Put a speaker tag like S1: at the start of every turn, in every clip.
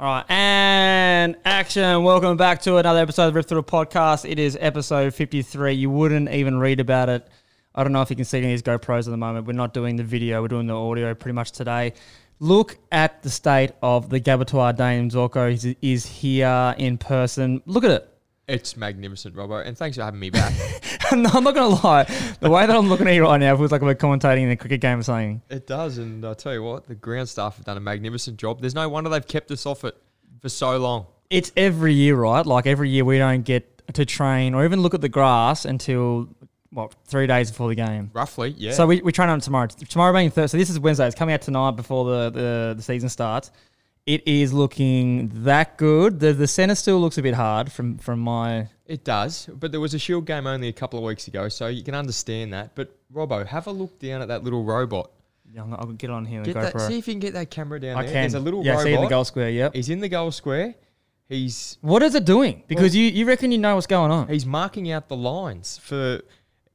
S1: All right, and action. Welcome back to another episode of Rip Through a Podcast. It is episode 53. You wouldn't even read about it. I don't know if you can see any of these GoPros at the moment. We're not doing the video, we're doing the audio pretty much today. Look at the state of the Gabatoir Dame Zorko is, is here in person. Look at it.
S2: It's magnificent, Robbo, and thanks for having me back.
S1: no, I'm not going to lie. The way that I'm looking at you right now feels like we're commentating in a cricket game or something.
S2: it does, and I tell you what, the ground staff have done a magnificent job. There's no wonder they've kept us off it for so long.
S1: it's every year, right? Like every year, we don't get to train or even look at the grass until what three days before the game.
S2: Roughly, yeah.
S1: So we, we train on tomorrow. Tomorrow being Thursday, so this is Wednesday. It's coming out tonight before the, the, the season starts. It is looking that good. The the center still looks a bit hard from from my.
S2: it does, but there was a Shield game only a couple of weeks ago, so you can understand that. But Robbo, have a look down at that little robot.
S1: Yeah, I'm gonna- I'll get on here and
S2: Get
S1: go
S2: that,
S1: for
S2: see
S1: it.
S2: if you can get that camera down
S1: I
S2: there.
S1: can.
S2: There's a little
S1: yeah,
S2: robot.
S1: see in the goal square. Yep.
S2: He's in the goal square. He's
S1: What is it doing? Because you, you reckon you know what's going on.
S2: He's marking out the lines for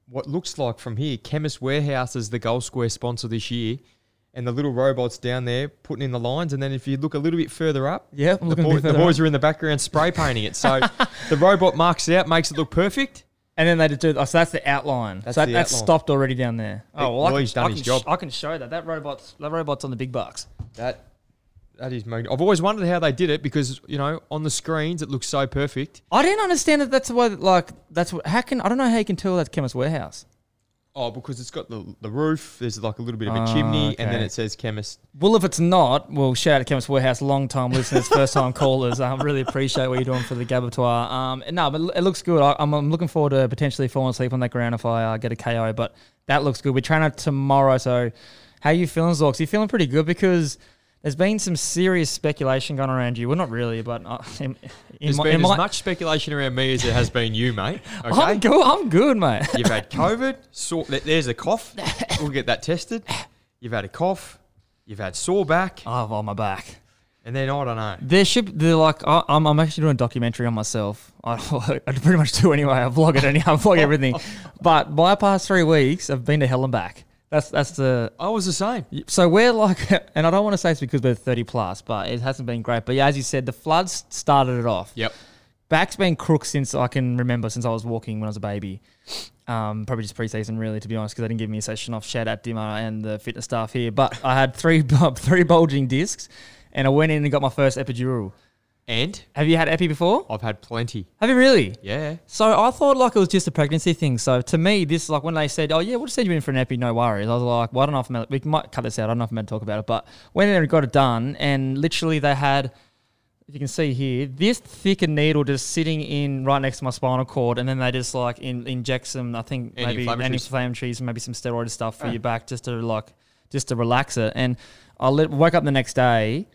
S2: what looks like from here. Chemist Warehouse is the goal square sponsor this year, and the little robots down there putting in the lines. And then if you look a little bit further up,
S1: Yeah, I'm
S2: the,
S1: looking a bit
S2: boy- the
S1: further
S2: boys are in the background spray painting it. So the robot marks it out, makes it look perfect.
S1: And then they just do. Oh, so that's the outline.
S2: That's
S1: so that-
S2: the
S1: that's
S2: outline.
S1: stopped already down there. Oh, well, I
S2: well,
S1: can,
S2: he's done
S1: I can
S2: his job.
S1: sh- I can show that. That robot's that robot's on the big bucks.
S2: That that is magn- I've always wondered how they did it because you know on the screens it looks so perfect.
S1: I didn't understand that. That's why. Like that's what. How can I don't know how you can tell that's Chemist Warehouse.
S2: Oh, because it's got the, the roof. There's like a little bit of a
S1: Ah,
S2: chimney, and then
S1: okay.
S2: it says chemist.
S1: Well, if it's not, well, shout out to Chemist Warehouse, long time listeners, first time callers. I um, really appreciate what you're doing for the Gabatoir. Um, no, but it looks good. I, I'm, I'm looking forward to potentially falling asleep on that ground if I uh, get a KO. But that looks good. We're training tomorrow, so how you feeling, Zorks? You feeling pretty good because. There's been some serious speculation going around you. Well, not really, but uh, in, in
S2: There's
S1: my,
S2: been
S1: in
S2: as
S1: my-
S2: much speculation around me as there has been you, mate. Okay?
S1: I'm good. I'm good, mate.
S2: You've had COVID. Sore, th- there's a cough. We'll get that tested. You've had a cough. You've had sore back,
S1: I've on Oh, my back.
S2: and then I don't know.
S1: There should they're like I, I'm, I'm actually doing a documentary on myself. I, I pretty much do anyway. I vlog it anyhow. I vlog everything. But my past three weeks, I've been to hell and back. That's that's the
S2: I was the same.
S1: so we're like, and I don't want to say it's because we're 30 plus, but it hasn't been great. But yeah, as you said, the floods started it off.
S2: Yep.
S1: Back's been crook since I can remember, since I was walking when I was a baby. Um, probably just preseason, really, to be honest, because they didn't give me a session off. Shout out Dimmer and the fitness staff here. But I had three bu- three bulging discs, and I went in and got my first epidural.
S2: And
S1: Have you had epi before?
S2: I've had plenty.
S1: Have you really?
S2: Yeah.
S1: So I thought like it was just a pregnancy thing. So to me, this like when they said, "Oh yeah, we'll just send you in for an epi, no worries." I was like, "Well, I don't know if I'm we might cut this out. I don't know if I'm meant to talk about it." But went in and got it done, and literally they had, if you can see here, this thicker needle just sitting in right next to my spinal cord, and then they just like in, inject some, I think maybe
S2: Anti-inflammatories.
S1: anti-inflammatories, maybe some steroid stuff for your back just to like just to relax it. And I lit, woke up the next day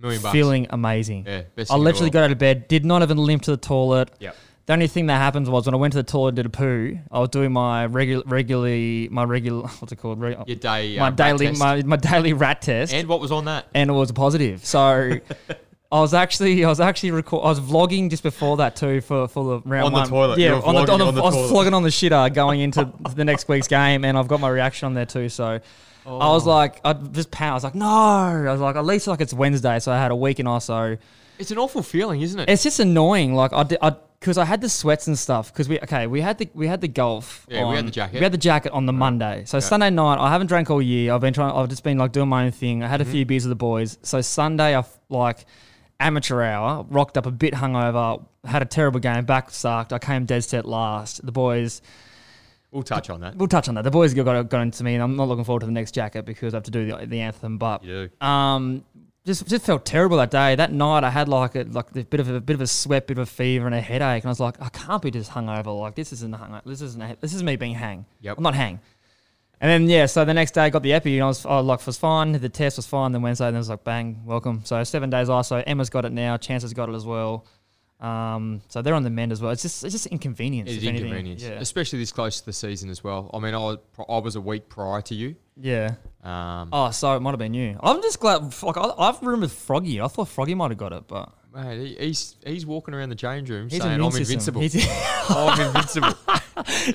S2: Million bucks.
S1: feeling amazing.
S2: Yeah, best
S1: I
S2: thing in the
S1: literally
S2: world.
S1: got out of bed, did not even limp to the toilet.
S2: Yep.
S1: The only thing that happens was when I went to the toilet and did a poo, I was doing my regular, regularly, my regular, what's it called? Re-
S2: Your day.
S1: my
S2: uh,
S1: daily,
S2: rat test.
S1: my, my daily rat test, and,
S2: and what was on that?
S1: it was positive. So I was actually, I was actually record, I was vlogging just before that too for for the round
S2: On the
S1: one.
S2: toilet. You
S1: yeah,
S2: were
S1: on the,
S2: vlogging
S1: on the,
S2: on the
S1: I was
S2: toilet.
S1: vlogging on the shitter going into the next week's game, and I've got my reaction on there too. So. I
S2: Oh.
S1: was like, I just pound. I was like, no. I was like, at least like it's Wednesday, so I had a week and also.
S2: It's an awful feeling, isn't it?
S1: It's just annoying. Like I did, I because I had the sweats and stuff. Because we okay, we had the we had the golf.
S2: Yeah, we had
S1: on-
S2: the jacket.
S1: We had the jacket on the Monday. So Sunday night, I haven't drank all year. I've been trying. I've just been like doing my own thing. I had
S2: Mm-hmm.
S1: a few beers with the boys. So Sunday, I f- like amateur hour, rocked up a bit hungover, had a terrible game, back sucked. I came dead set last. The boys
S2: we'll touch on that.
S1: we'll touch on that. The boys got got into me, and I'm not looking forward to the next jacket because I have to do the, the anthem. But
S2: You do.
S1: um, just just felt terrible that day. That night, I had like a like a bit of a bit of a sweat, bit of a fever, and a headache. And I was like, I can't be just hungover. Like this isn't hung. This isn't. a- This is me being hang.
S2: Yep.
S1: I'm not hang. And then yeah, so the next day I got the epi and I was I like was fine. The test was fine. Then Wednesday, then it was like bang, welcome. So seven days ISO. Emma's got it now. Chance has got it as well. Um, so they're on the mend as well. It's just it's just inconvenience.
S2: It
S1: if
S2: is
S1: anything.
S2: inconvenience,
S1: Yeah.
S2: especially this close to the season as well. I mean, I was, I was a week prior to you.
S1: yeah.
S2: Um,
S1: Oh, so it might have been you. I'm just glad. Like, I, I've remembered Froggy. I thought Froggy might have got it, but
S2: mate, he- he's he's walking around the change room
S1: he's
S2: saying, "I'm
S1: immune system.
S2: invincible.
S1: He's-
S2: I'm invincible."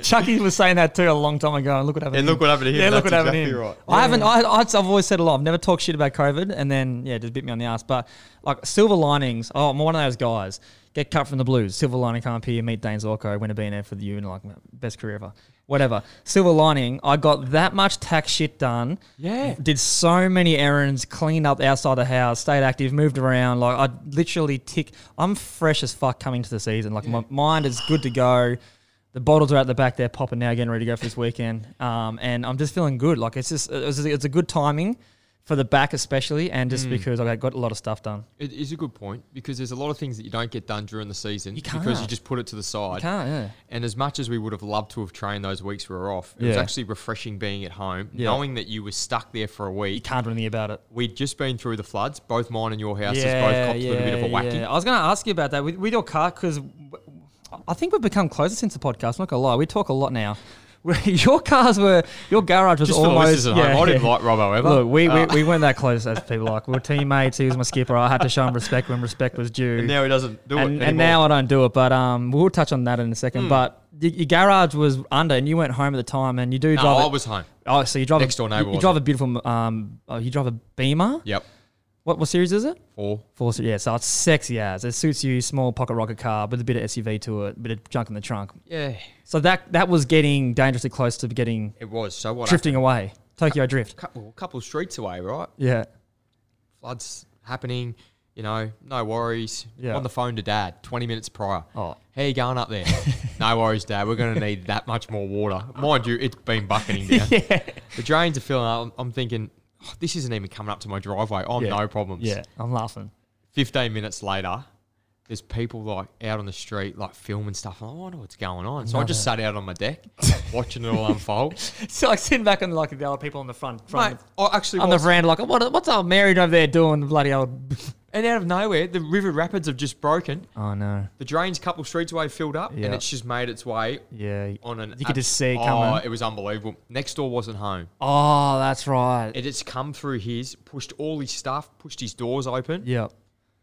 S1: Chucky was saying that too a long time ago. And look what happened.
S2: And look what happened to him.
S1: Yeah, look what
S2: That's
S1: happened
S2: exactly
S1: to him.
S2: right.
S1: I haven't. I, I, I've always said a lot. I've never talked shit about COVID, and then yeah, it just bit me on the ass. But like silver linings. Oh, I'm one of those guys. Get cut from the Blues. Silver lining come up here. Meet Dane Zorco. Win a BNF for the U, and like best career ever. Whatever. Silver lining. I got that much tax shit done.
S2: Yeah.
S1: Did so many errands, cleaned up outside the house, stayed active, moved around. Like I literally tick. I'm fresh as fuck coming to the season. Like my mind is good to go. The bottles are out the back there, popping now, getting ready to go for this weekend. Um, and I'm just feeling good. Like it's just it's, it's a good timing for the back especially, and just because I got a lot of stuff done.
S2: It is a good point because there's a lot of things that you don't get done during the season
S1: You
S2: because you
S1: can't.
S2: just put it to the side.
S1: Can't yeah.
S2: And as much as we would have loved to have trained those weeks we were off, it was
S1: Yeah.
S2: actually refreshing being at home,
S1: Yeah.
S2: knowing that you were stuck there for a
S1: You
S2: week.
S1: can't do anything about it.
S2: We'd just been through the floods, both mine and your houses both
S1: yeah,
S2: copped a little bit of a whacking.
S1: yeah. I was going to ask you about that with, with your car because I think we've become closer since the podcast. I'm not going to lie, we talk a lot now. your cars were your garage was
S2: Just for the
S1: almost
S2: listeners at home, I didn't like Robbo ever.
S1: Look, we,
S2: Uh,
S1: we, we weren't that close as people like. We were teammates. He was my skipper. I had to show him respect when respect was due.
S2: and now he doesn't do
S1: and,
S2: it
S1: and
S2: anymore. Hmm.
S1: now I don't do it, but um, we'll touch on that in a second. But y- your garage was under, and you went home at the time, and you do
S2: no,
S1: drive.
S2: I
S1: a-
S2: was home.
S1: oh, so you drive
S2: Next
S1: a,
S2: door neighbour
S1: you- You,
S2: wasn't.
S1: drive a beautiful um, oh, you drive a Beamer.
S2: Yep.
S1: What what series is it?
S2: Four.
S1: Four, se- yeah, so it's sexy as it suits you, small pocket rocket car with a bit of SUV to it, bit of junk in the trunk.
S2: Yeah.
S1: So that that was getting dangerously close to getting
S2: It was. So what?
S1: drifting away, Tokyo drift.
S2: A couple, a couple streets away, right?
S1: Yeah,
S2: floods happening, you know, no worries.
S1: Yeah.
S2: On the phone to dad 20 minutes prior.
S1: Oh.
S2: How you going up there? no worries, dad. We're going to need that much more water. Mind you, it's been bucketing down. The drains are filling up. I'm, I'm thinking, "Oh, this isn't even coming up to my driveway. I'm
S1: Yeah.
S2: no problems.
S1: yeah, I'm laughing.
S2: 15 minutes later, there's people like out on the street, like filming stuff. I wonder what's going on. So I just sat out on my deck, watching it all unfold.
S1: So like sitting back and like the other people on the front,
S2: Mate,
S1: front
S2: I actually
S1: on the
S2: was-
S1: veranda, like what, what's old Mary over there doing? Bloody old.
S2: and out of nowhere, the river rapids have just broken.
S1: Oh no.
S2: The drain's a couple streets away filled up,
S1: Yeah.
S2: and it's just made its way
S1: Yeah.
S2: on an.
S1: You could just see it
S2: oh,
S1: coming.
S2: it was unbelievable. Next door wasn't home.
S1: Oh, that's right.
S2: It just come through his, pushed all his stuff, pushed his doors open,
S1: yep.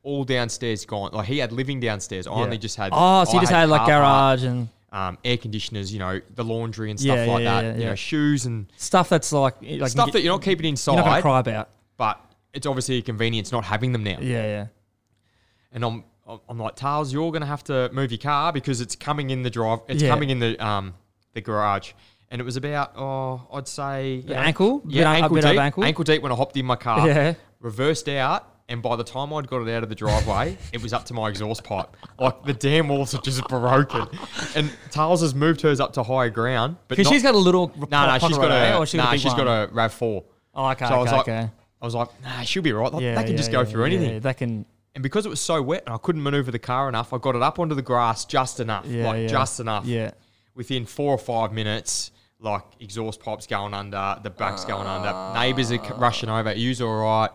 S2: all downstairs gone. Like he had living downstairs. I only
S1: Yeah.
S2: just had.
S1: Oh, so you
S2: I
S1: just had, like
S2: car park,
S1: garage and
S2: um, air conditioners, you know, the laundry and stuff
S1: Yeah,
S2: like
S1: yeah,
S2: that.
S1: yeah,
S2: you
S1: yeah.
S2: know, shoes and
S1: stuff that's like like
S2: stuff
S1: you
S2: that you're not keeping
S1: are not gonna
S2: inside,
S1: cry about.
S2: but it's obviously a convenience not having them now.
S1: Yeah, yeah.
S2: and I'm I'm- I'm like Tales, you're gonna have to move your car because it's coming in the drive. It's
S1: Yeah.
S2: coming in the um the garage, and it was about oh I'd say you
S1: Your ankle?
S2: yeah
S1: Bit un- a
S2: ankle
S1: bit
S2: deep,
S1: of
S2: ankle?
S1: ankle?
S2: deep when I hopped in my car,
S1: Yeah.
S2: reversed out. And by the time I'd got it out of the driveway, it was up to my exhaust pipe. Like the damn walls are just broken. And Tales has moved hers up to higher ground, but
S1: Because
S2: not-
S1: she's got a little.
S2: no, no, she's got a,
S1: Or she's
S2: nah,
S1: got a big
S2: she's got
S1: one?
S2: a Rav Four.
S1: Oh, okay,
S2: so I was
S1: okay,
S2: like,
S1: okay.
S2: I was like, nah, she'll be right. Like,
S1: Yeah,
S2: that can
S1: yeah,
S2: just go
S1: yeah,
S2: through
S1: yeah,
S2: anything.
S1: that can.
S2: And because it was so wet and I couldn't maneuver the car enough, I got it up onto the grass just enough.
S1: Yeah,
S2: like
S1: yeah.
S2: just enough.
S1: Yeah.
S2: Within four or five minutes, like exhaust pipes going under, the back's going under, neighbours are c- rushing over. You's all right.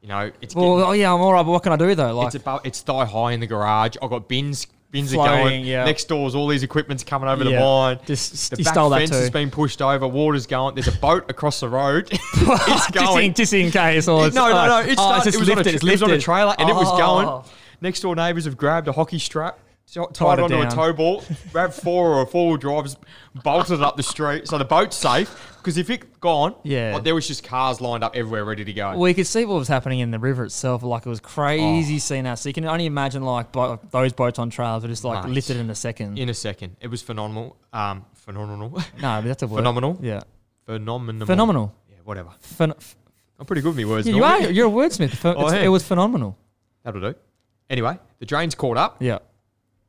S2: You know, it's
S1: Ah. Well,
S2: getting,
S1: oh, yeah, I'm all right, but what can I do though? Like,
S2: it's above, it's thigh high in the garage. I got bins. Bins are going.
S1: Floating, yeah.
S2: Next doors, all these equipment's coming over
S1: Yeah.
S2: the mine.
S1: Just-
S2: the
S1: he
S2: back
S1: stole that
S2: fence has
S1: too.
S2: been pushed over. Water's going. There's a boat across the road. it's
S1: just,
S2: going.
S1: in, just in case. Or it's,
S2: No, no, no.
S1: oh,
S2: It's,
S1: oh,
S2: started-
S1: it's just
S2: it was
S1: lifted.
S2: on a,
S1: it's
S2: it was
S1: lifted.
S2: on a trailer and it was
S1: Oh.
S2: going. Next door neighbours have grabbed a hockey strap, so-
S1: it
S2: tied it onto a
S1: down.
S2: tow ball, grabbed four or a four wheel drives, bolted it up the street. So the boat's safe because if it gone,
S1: Yeah.
S2: like, there was just cars lined up everywhere ready to go.
S1: Well, you could see what was happening in the river itself. Like it was crazy
S2: Oh.
S1: seeing that. So you can only imagine like bo- those boats on trails were just like
S2: Mate.
S1: lifted in a second.
S2: In a second, it was phenomenal. Um, phenomenal,
S1: No, but that's a word.
S2: Phenomenal?
S1: Yeah.
S2: phenomenal,
S1: Phenomenal.
S2: Yeah, whatever.
S1: Phen- f-
S2: I'm pretty good with my words.
S1: yeah, you are.
S2: normally.
S1: You're a wordsmith. Phen-
S2: Oh,
S1: it's-
S2: hey.
S1: It was phenomenal.
S2: That'll do. Anyway, the drain's caught up.
S1: Yeah.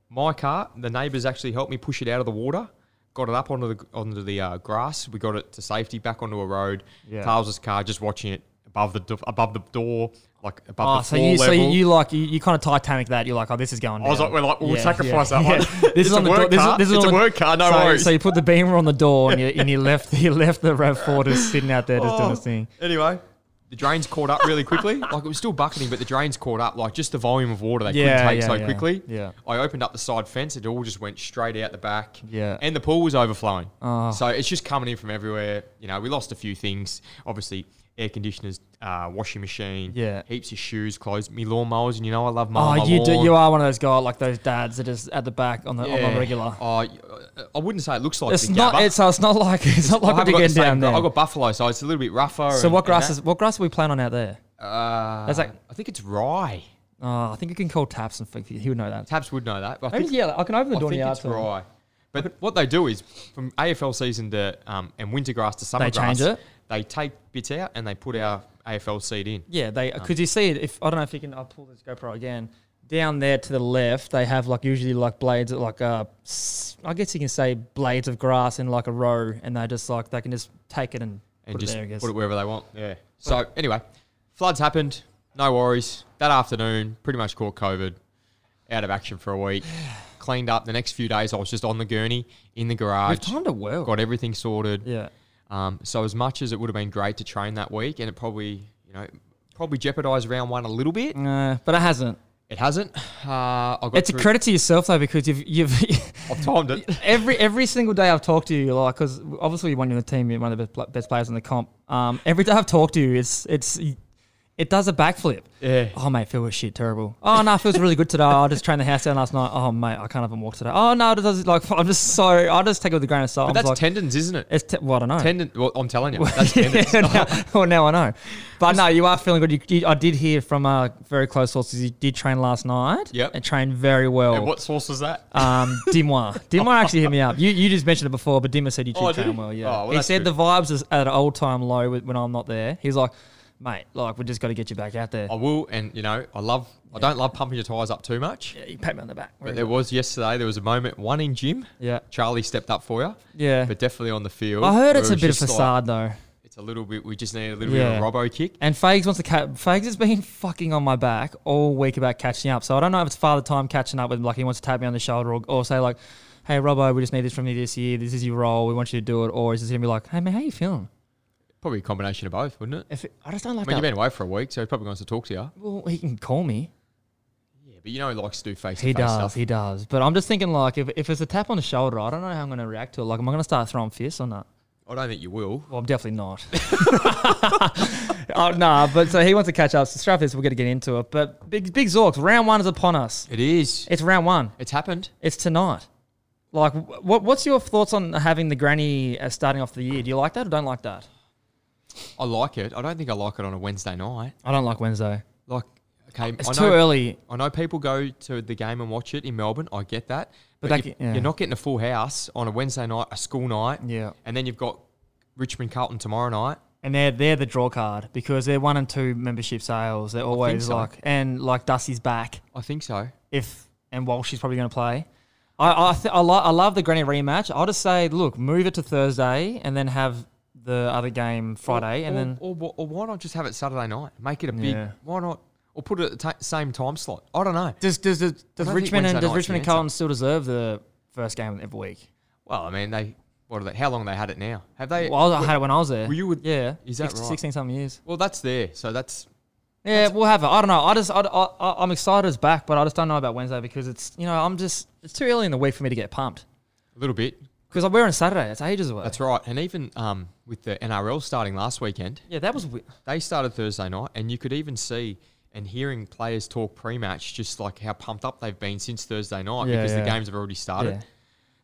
S2: my car. The neighbours actually helped me push it out of the water. Got it up onto the onto the uh, grass. We got it to safety, back onto a road.
S1: Yeah.
S2: Carl's car just watching it above the do- above the door, like above
S1: Oh,
S2: the
S1: so
S2: floor
S1: you so
S2: level.
S1: you, you like you, you kind of Titanic that you're like oh this is going.
S2: I was
S1: down.
S2: like, we're like, we'll
S1: Yeah,
S2: sacrifice
S1: yeah,
S2: that
S1: yeah.
S2: one.
S1: This
S2: It's
S1: is
S2: a
S1: on the
S2: work
S1: door. This
S2: car.
S1: is, this is
S2: It's
S1: on
S2: a
S1: the-
S2: work car. No
S1: so,
S2: worries.
S1: So you put the beamer on the door and you, and you left you left the Rav Four just sitting out there just
S2: Oh.
S1: doing this thing.
S2: Anyway, the drains caught up really quickly. like it was still bucketing, but the drains caught up. Like just the volume of water they
S1: Yeah,
S2: couldn't take
S1: yeah,
S2: so
S1: yeah,
S2: quickly.
S1: yeah.
S2: I opened up the side fence. It all just went straight out the back.
S1: Yeah.
S2: And the pool was overflowing.
S1: Oh.
S2: So it's just coming in from everywhere. You know, we lost a few things. Obviously, air conditioners, uh, washing machine.
S1: Yeah.
S2: Heaps of shoes, clothes. Me lawnmowers, and you know I love mowing
S1: Oh,
S2: my
S1: you do,
S2: lawn.
S1: you are one of those guys like those dads that is at the back on the on
S2: Yeah.
S1: the regular.
S2: Oh, I wouldn't say it looks like
S1: It's
S2: the
S1: not.
S2: Gabba.
S1: It's, it's not like it's, not
S2: I
S1: like what you're
S2: haven't got the
S1: getting
S2: same
S1: down
S2: gra-
S1: there.
S2: I've got buffalo, so it's a little bit rougher.
S1: so
S2: and-
S1: what
S2: and
S1: grass
S2: that.
S1: is what grass are we playing on out there?
S2: Uh,
S1: That's like-
S2: I think it's rye.
S1: Oh, I think you can call Taps and fig- he would know that.
S2: Tabs would know that. But Uh, I
S1: Maybe,
S2: think,
S1: yeah, I can open the
S2: I
S1: door in
S2: think
S1: the yard
S2: it's
S1: to him.
S2: rye. But what they do is from AFL season to um, and winter grass to summer
S1: They
S2: grass,
S1: change it?
S2: they take bits out and they put our AFL seed in.
S1: Yeah, they because you see it. If I don't know if you can, I'll pull this GoPro again. Down there to the left, they have like usually like blades, like uh, s- I guess you can say blades of grass in like a row, and they just like they can just take it and,
S2: and
S1: put
S2: just
S1: it there. I guess.
S2: put it wherever they want. Yeah. So anyway, floods happened. No worries. That afternoon, pretty much caught COVID. Out of action for a week. Cleaned up. The next few days, I was just on the gurney in the
S1: We've
S2: garage.
S1: timed it well.
S2: Got everything sorted.
S1: Yeah,
S2: Um, so as much as it would have been great to train that week, and it probably, you know, probably jeopardised round one a little bit.
S1: uh, but it hasn't.
S2: It hasn't. Uh, I got
S1: It's a
S2: through-
S1: credit to yourself though because you've you've
S2: I've timed it.
S1: every every single day I've talked to you, like, because obviously when you're on the team, you're one of the best, pla- best players in the comp. Um, every day I've talked to you, it's it's it does a backflip.
S2: Yeah.
S1: Oh mate, feel was shit, terrible. Oh no, feels really good today. I just trained the house down last night. Oh mate, I can't even walk today. Oh no, it does like I'm just so I just take it with a grain of salt.
S2: But
S1: I'm
S2: that's
S1: just like,
S2: tendons, isn't it?
S1: it's te- well, I don't know.
S2: Tendon. Well, I'm telling you, that's tendons.
S1: now, well, now I know. But no, you are feeling good. You, you, I did hear from uh, very close sources you did train last night.
S2: Yep.
S1: And trained very well.
S2: And what source was that?
S1: Um, Dimois. Dimois actually hit me up. You you just mentioned it before, but Dimois said you
S2: Oh,
S1: treat
S2: did
S1: him
S2: he?
S1: well. Yeah,
S2: Oh, well,
S1: he
S2: that's
S1: said the
S2: good.
S1: vibes is at an all time low with- when I'm not there. He's like, mate, like we just got to get you back out there.
S2: I will, and you know, I love. I don't love pumping your tires up too much.
S1: Yeah, you pat me on the back.
S2: But there was yesterday. There was a moment, one in gym.
S1: Yeah,
S2: Charlie stepped up for you,
S1: yeah.
S2: but definitely on the field.
S1: I heard
S2: where
S1: it's a
S2: it was
S1: bit of
S2: just like,
S1: facade though.
S2: it's a little bit. We just need a little bit
S1: Yeah.
S2: of a robo kick.
S1: And Fags wants to catch. Fags has been fucking on my back all week about catching up. So I don't know if it's father time catching up with him. Like he wants to tap me on the shoulder or, or say like, "Hey, Robbo, we just need this from you this year. This is your role. We want you to do it." Or is this gonna be like, "Hey, man, how you feeling?"
S2: Probably a combination of both, wouldn't it?
S1: If it, I just don't
S2: I
S1: like
S2: mean, you've
S1: that.
S2: been away for a week, so he probably wants to talk to you.
S1: well, he can call me.
S2: Yeah, but you know, he likes to do face to
S1: He
S2: face
S1: does,
S2: stuff.
S1: he does. But I'm just thinking, like, if, if it's a tap on the shoulder, I don't know how I'm going to react to it. Like, am I going to start throwing fists or not?
S2: I don't think you will.
S1: Well, I'm definitely not. oh, nah, but so he wants to catch up. So strap this, we're going to get into it. But big, big Zorks, round one is upon us.
S2: It is.
S1: It's round one.
S2: It's happened.
S1: It's tonight. Like, wh- what, what's your thoughts on having the granny as starting off the year? Do you like that or don't like that?
S2: I like it. I don't think I like it on a Wednesday night.
S1: I don't like Wednesday.
S2: Like, okay,
S1: It's
S2: I
S1: too
S2: know,
S1: early.
S2: I know people go to the game and watch it in Melbourne. I get that,
S1: But
S2: but,
S1: that
S2: you,
S1: ca- yeah.
S2: you're not getting a full house on a Wednesday night, a school night,
S1: Yeah.
S2: and then you've got Richmond Carlton tomorrow night.
S1: and they're they're the draw card because they're one and two membership sales. They're always
S2: so.
S1: like and like Dusty's back
S2: I think so.
S1: if and Walsh is probably going to play. I I, th- I, lo- I love the Granny rematch. I'll just say, look, move it to Thursday and then have the other game Friday,
S2: Or-
S1: and
S2: or-
S1: then
S2: or, wh- or why not just have it Saturday night? Make it a big.
S1: Yeah.
S2: Why not? Or put it at the ta same time slot. I don't know.
S1: does does does, does
S2: think
S1: Richmond and does
S2: Wednesday night's
S1: Richmond
S2: the
S1: and Carlton still deserve the first game every week?
S2: Well, I mean, they. What are they? How long they had it now? Have they? Eh, Well,
S1: Well, I had it when I was there.
S2: were you with-
S1: yeah,
S2: Is that
S1: Six-
S2: right?
S1: sixteen something years?
S2: that's there. So that's.
S1: Yeah, we'll have it. I don't know. I just I, I, I'm excited it's back, but I just don't know about Wednesday because it's you know I'm just it's too early in the week for me to get pumped.
S2: A little bit.
S1: Because we're on Saturday. It's ages away.
S2: That's right. And even um, with the NRL starting last weekend,
S1: yeah, that was. we-
S2: they started Thursday night, and you could even see and hearing players talk pre-match just like how pumped up they've been since Thursday night
S1: Yeah,
S2: because
S1: yeah.
S2: the games have already started.
S1: Yeah.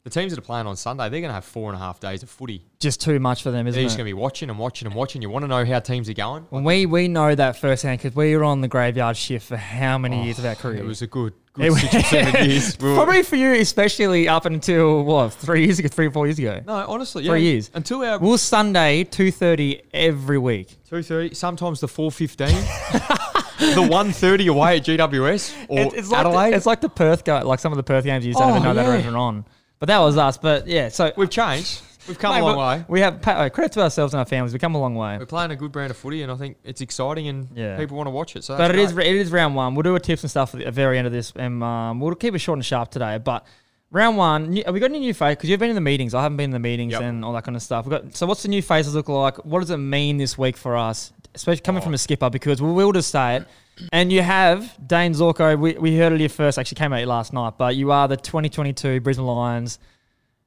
S2: The teams that are playing on Sunday, they're going to have four and a half days of footy.
S1: Just too much for them, isn't
S2: They're just
S1: it?
S2: going to be watching and watching and watching. You want to know how teams are going?
S1: When we we know that firsthand because we were on the graveyard shift for how many years of our career?
S2: Oh, It was a good,
S1: It
S2: good
S1: was-
S2: six or seven years. We were-
S1: probably for you, especially up until what three years ago, three or four years ago.
S2: no, honestly, yeah.
S1: Three years.
S2: until our
S1: We'll Sunday two thirty every week.
S2: two thirty, sometimes the four fifteen, the one thirty away at GWS or
S1: It- it's like
S2: Adelaide.
S1: the, it's like the Perth go, like some of the Perth games you just don't even know
S2: Oh,
S1: that are
S2: yeah.
S1: even on. But that was us. But yeah, so
S2: We've changed. We've come
S1: Mate,
S2: a long
S1: but
S2: way.
S1: We have pa- uh, credit to ourselves and our families. We've come a long way.
S2: We're playing a good brand of footy, and I think it's exciting, and
S1: Yeah.
S2: people want to watch it. So,
S1: But
S2: that's
S1: it is
S2: great.
S1: it is round one. We'll do a tips and stuff at the very end of this, and um, we'll keep it short and sharp today. But round one, new, have we got any new phase? Because you've been in the meetings, I haven't been in the meetings
S2: Yep.
S1: and all that kind of stuff. We got so what's the new phases look like? What does it mean this week for us, especially coming
S2: Oh.
S1: from a skipper? Because we will just say it. And you have Dane Zorko. We, we heard it here first. Actually, came out last night. But you are the 2022 Brisbane Lions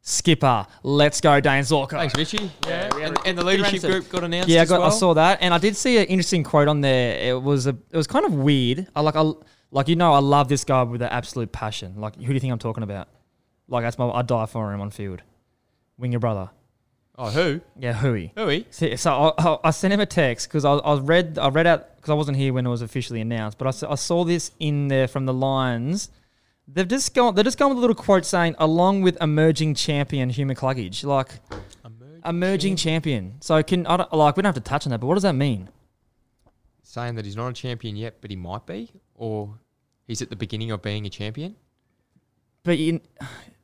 S1: skipper. Let's go, Dane Zorko.
S2: Thanks, Richie. Yeah,
S1: we had
S2: and,
S1: a
S2: and the
S1: good
S2: leadership
S1: round.
S2: group got announced.
S1: Yeah, I,
S2: as
S1: got, I
S2: well.
S1: saw that, and I did see an interesting quote on there. It was a, it was kind of weird. I like, I like you know, I love this guy with an absolute passion. Like, who do you think I'm talking about? Like that's my I die for him on field. Wing your brother.
S2: Oh, who?
S1: Yeah, hooey.
S2: Whoey?
S1: So, so I, I- I sent him a text because I, I read I read out because I wasn't here when it was officially announced, but I s- I, saw this in there from the Lions. They've just gone. They're just gone with a little quote saying, "Along with emerging champion Huma Cluggage, like emerging champion." So can I don't, like we don't have to touch on that, but what does that mean?
S2: Saying that he's not a champion yet, but he might be, or he's at the beginning of being a champion.
S1: But you,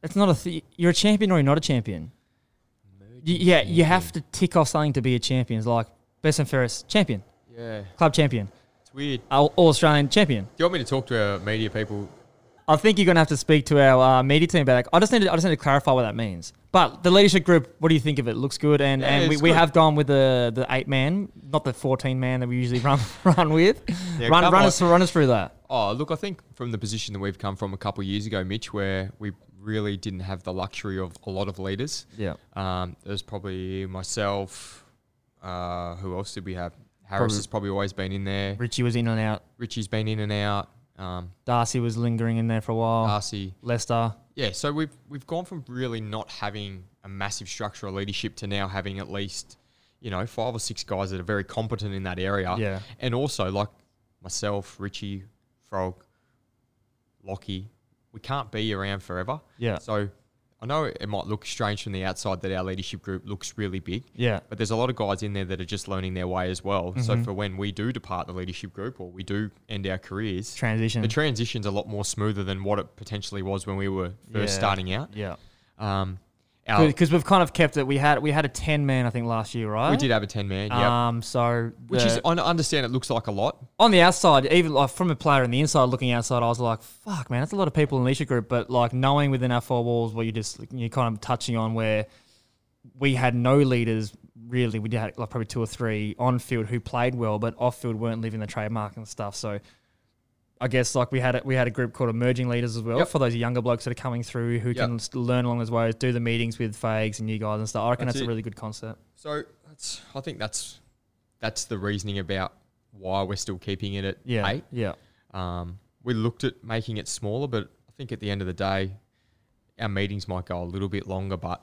S1: it's not a. Th- you're a champion or you're not a champion. You, yeah, you have to tick off something to be a champion. It's like best and fairest champion,
S2: Yeah,
S1: club champion,
S2: it's weird. Do
S1: all all Australian champion.
S2: you want me to talk to our media people?
S1: I think you're going to have to speak to our uh, media team about it. I just need to, I just need to clarify what that means. But the leadership group, what do you think of it? Looks good, and,
S2: Yeah,
S1: and we,
S2: it's
S1: we
S2: good.
S1: have gone with the the eight man, not the fourteen man that we usually run run with.
S2: Yeah,
S1: run
S2: come
S1: run
S2: on.
S1: us run us through that.
S2: Oh, look, I think from the position that we've come from a couple of years ago, Mitch, where we really didn't have the luxury of a lot of leaders.
S1: Yeah,
S2: Um, there's probably myself. Uh, who else did we have? Harris has probably always been in there.
S1: Richie was in and out.
S2: Richie's been in and out. Um,
S1: Darcy was lingering in there for a while.
S2: Darcy.
S1: Lester,
S2: Yeah, so we've we've gone from really not having a massive structure of leadership to now having at least, you know, five or six guys that are very competent in that area.
S1: Yeah.
S2: And also like myself, Richie, Frog, Lockie, we can't be around forever.
S1: Yeah.
S2: So I know it might look strange from the outside that our leadership group looks really big.
S1: yeah,
S2: But there's a lot of guys in there that are just learning their way as well. So
S1: Mm-hmm.
S2: for when we do depart the leadership group or we do end our careers,
S1: transition.
S2: the transition's a lot more smoother than what it potentially was when we were first
S1: Yeah.
S2: starting out.
S1: yeah,
S2: Um, our,
S1: because we've kind of kept it. We had we had a ten man, I think, last year, right?
S2: we did have a 10 man, yeah.
S1: Um, so
S2: Which
S1: the-
S2: is, I understand it looks like a lot.
S1: on the outside, even like from a player on the inside looking outside, I was like, "Fuck, man, that's a lot of people in the leadership group." But like knowing within our four walls, what you just you're kind of touching on where we had no leaders really. We had like probably two or three on field who played well, but off field weren't living the trademark and stuff. So I guess like we had a, we had a group called emerging leaders as well
S2: Yep.
S1: for those younger blokes that are coming through who can s- learn along those ways, do the meetings with fags and you guys and stuff. I reckon that's,
S2: That's
S1: a
S2: it.
S1: really good concept.
S2: So that's, I think that's that's the reasoning about why we're still keeping it at
S1: Yeah,
S2: eight.
S1: yeah,
S2: Um, we looked at making it smaller, but I think at the end of the day, our meetings might go a little bit longer, but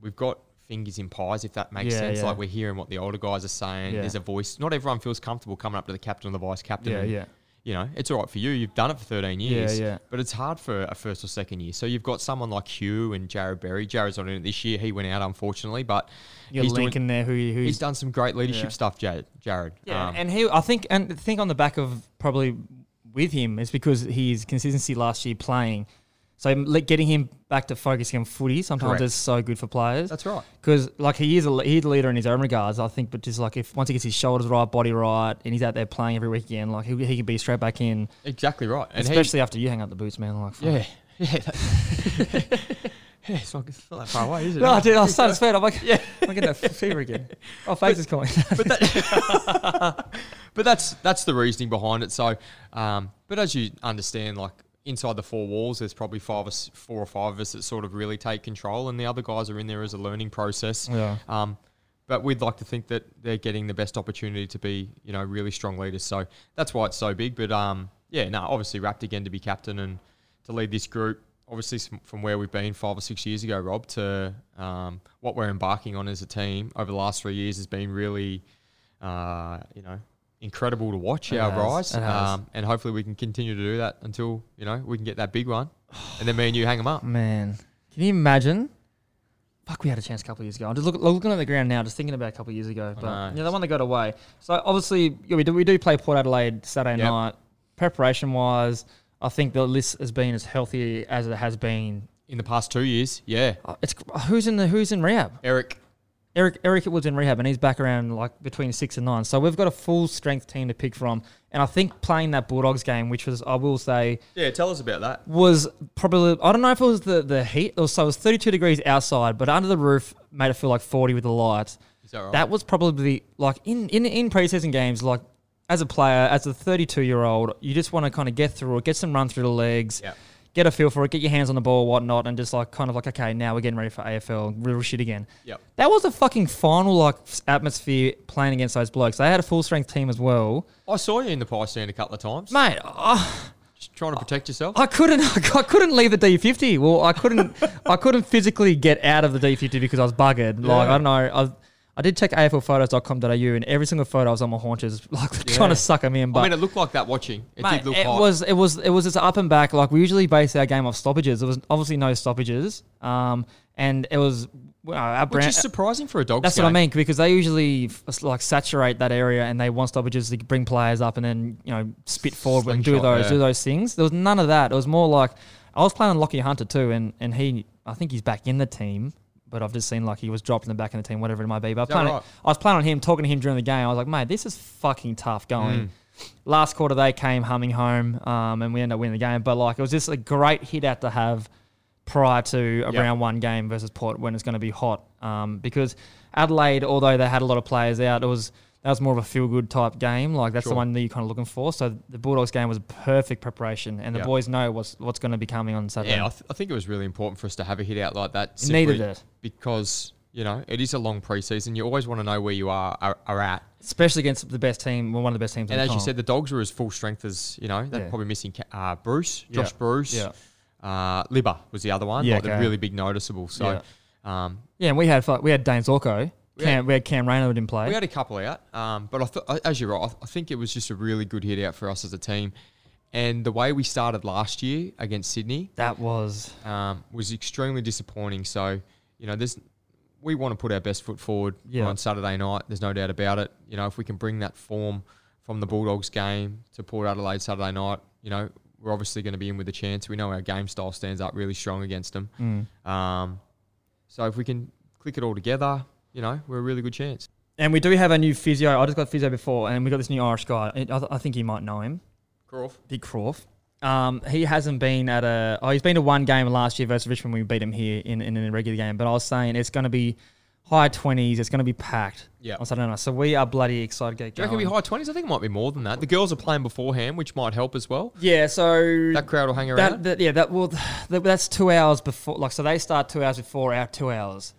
S2: we've got fingers in pies, if that makes
S1: Yeah,
S2: sense.
S1: yeah.
S2: Like we're hearing what the older guys are saying.
S1: Yeah.
S2: There's a voice. Not everyone feels comfortable coming up to the captain or the vice captain.
S1: yeah,
S2: and,
S1: yeah.
S2: You know, it's all right for you. You've done it for 13 years.
S1: yeah.
S2: But it's hard for a first or second year. So you've got someone like Hugh and Jared Berry. Jared's not in it this year. He went out, unfortunately, but
S1: You're
S2: he's, doing,
S1: linking there who you- who's
S2: he's done some great leadership
S1: Yeah.
S2: stuff, Jared. Jared.
S1: Yeah,
S2: Um,
S1: and he, I think, and the thing on the back of probably with him is because his consistency last year playing, so like, getting him back to focusing on footy sometimes
S2: Correct.
S1: is so good for players.
S2: that's right.
S1: Because like he is a le- he's a leader in his own regards, I think. But just like if once he gets his shoulders right, body right, and he's out there playing every weekend, like he, he can be straight back in.
S2: Exactly right. And he-
S1: especially after you hang up the boots, man. Like fuck.
S2: Yeah. Yeah. that- yeah, it's not, it's not that far away, is it?
S1: No, Oh, dude, I started sweating. I'm like, yeah, I'm getting that fever again. Oh, face is calling.
S2: But that's that's the reasoning behind it. So, um, but as you understand, like inside the four walls, there's probably five or s- four or five of us that sort of really take control, and the other guys are in there as a learning process.
S1: Yeah.
S2: Um, but we'd like to think that they're getting the best opportunity to be, you know, really strong leaders. So that's why it's so big. But um, yeah, no, obviously wrapped again to be captain and to lead this group. Obviously, s- from where we've been five or six years ago, Rob, to um, what we're embarking on as a team over the last three years has been really, uh, you know, incredible to watch
S1: It
S2: our
S1: has,
S2: rise.
S1: it has.
S2: Um, and hopefully, we can continue to do that until you know we can get that big one, and then me and you hang them up.
S1: Man, can you imagine? Fuck, we had a chance a couple of years ago. I'm just look, looking at the ground now, just thinking about a couple of years ago. But
S2: know.
S1: yeah, the one that got away. So obviously, yeah, we do we do play Port Adelaide Saturday
S2: Yep.
S1: night. Preparation wise, I think the list has been as healthy as it has been.
S2: In the past two years, yeah,
S1: Uh, It's who's in the who's in rehab.
S2: Eric.
S1: Eric Eric Wood's in rehab and he's back around like between six and nine. So we've got a full strength team to pick from. And I think playing that Bulldogs game, which was I will say
S2: Yeah, tell us about that.
S1: was probably I don't know if it was the the heat or so it was 32 degrees outside, but under the roof made it feel like 40 with the lights.
S2: Is that right?
S1: That was probably like in in in preseason games like as a player, as a 32 year old, you just want to kind of get through it, get some run through the legs,
S2: Yeah.
S1: get a feel for it, get your hands on the ball, whatnot, and just like kind of like okay, now we're getting ready for AFL real shit again.
S2: Yep.
S1: That was a fucking final like atmosphere playing against those blokes. They had a full strength team as well,
S2: I saw you in the pie stand a couple of times.
S1: mate. Oh,
S2: Just trying to protect yourself.
S1: I couldn't. I couldn't leave the D50. Well, I couldn't. I couldn't physically get out of the D50 because I was buggered. Like
S2: Yeah.
S1: I don't know. I, I did check aflphotos.com.au, and every single photo I was on my haunches, like trying
S2: Yeah.
S1: to suck them in. But
S2: I mean, it looked like that watching. It
S1: Mate,
S2: did look
S1: it
S2: hot.
S1: was it was it was just up and back. Like we usually base our game off stoppages. There was obviously no stoppages, um, and it was uh, our
S2: which
S1: brand.
S2: is surprising for a dog.
S1: That's what I mean because they usually f- like saturate that area and they want stoppages to bring players up and then you know spit forward and do
S2: Slingshot,
S1: those
S2: yeah.
S1: do those things. There was none of that. It was more like I was playing on Lockie Hunter too, and and he I think he's back in the team. But I've just seen like he was dropped in the back of the team, whatever it might be. But I,
S2: that
S1: plan-
S2: right?
S1: I was planning on him, talking to him during the game. I was like, mate, this is fucking tough going.
S2: Mm.
S1: Last quarter, they came humming home um, and we ended up winning the game. But like, it was just a great hit out to have prior to a
S2: Yeah.
S1: round one game versus Port when it's going to be hot. Um, because Adelaide, although they had a lot of players out, it was that was more of a feel good type game. Like that's the
S2: Sure.
S1: one that you're kind of looking for. So the Bulldogs game was perfect preparation, and the
S2: Yeah.
S1: boys know what's what's going to be coming on Saturday.
S2: Yeah, I, th- I think it was really important for us to have a hit out like that.
S1: It needed
S2: simply
S1: it.
S2: because you know it is a long preseason. You always want to know where you are are, are at.
S1: especially against the best team, well, one of the best teams.
S2: And
S1: in
S2: as
S1: the
S2: you
S1: comp.
S2: said, the dogs were as full strength as you know. They're
S1: Yeah.
S2: probably missing Ca- uh, Bruce, Josh
S1: Yeah.
S2: Bruce,
S1: Yeah.
S2: uh, Libba was the other one.
S1: Yeah,
S2: like they're
S1: okay.
S2: really big, noticeable. So um,
S1: yeah, and we had fuck- we had Dane Zorko,
S2: We had-
S1: Cam, we had Cam Raynor didn't play.
S2: we had a couple out, um, but I th- I- as you're right, I, th- I think it was just a really good hit out for us as a team. And the way we started last year against Sydney,
S1: that was
S2: um, was extremely disappointing. So, you know, there's we want to put our best foot forward
S1: Yeah.
S2: on Saturday night. There's no doubt about it. You know, if we can bring that form from the Bulldogs game to Port Adelaide Saturday night, you know, we're obviously going to be in with a chance. We know our game style stands up really strong against them. Um, so if we can click it all together, you know, we're a really good chance.
S1: And we do have a new physio. I just got physio before, and we got this new Irish guy. I, I- I think you might know him,
S2: Croft.
S1: Big Croft. Um, he hasn't been at a. Oh, he's been to one game last year versus Richmond. when We beat him here in, in a regular game. But I was saying it's going to be high twenties. It's going to be packed.
S2: Yeah.
S1: On Saturday night, so we are bloody excited to get
S2: Do you
S1: going.
S2: reckon it'll be high twenties? I think it might be more than that. The girls are playing beforehand, which might help as well.
S1: yeah. So
S2: That crowd will hang
S1: that,
S2: around.
S1: that yeah that will that, that's two hours before. Like so, they start two hours before our two hours.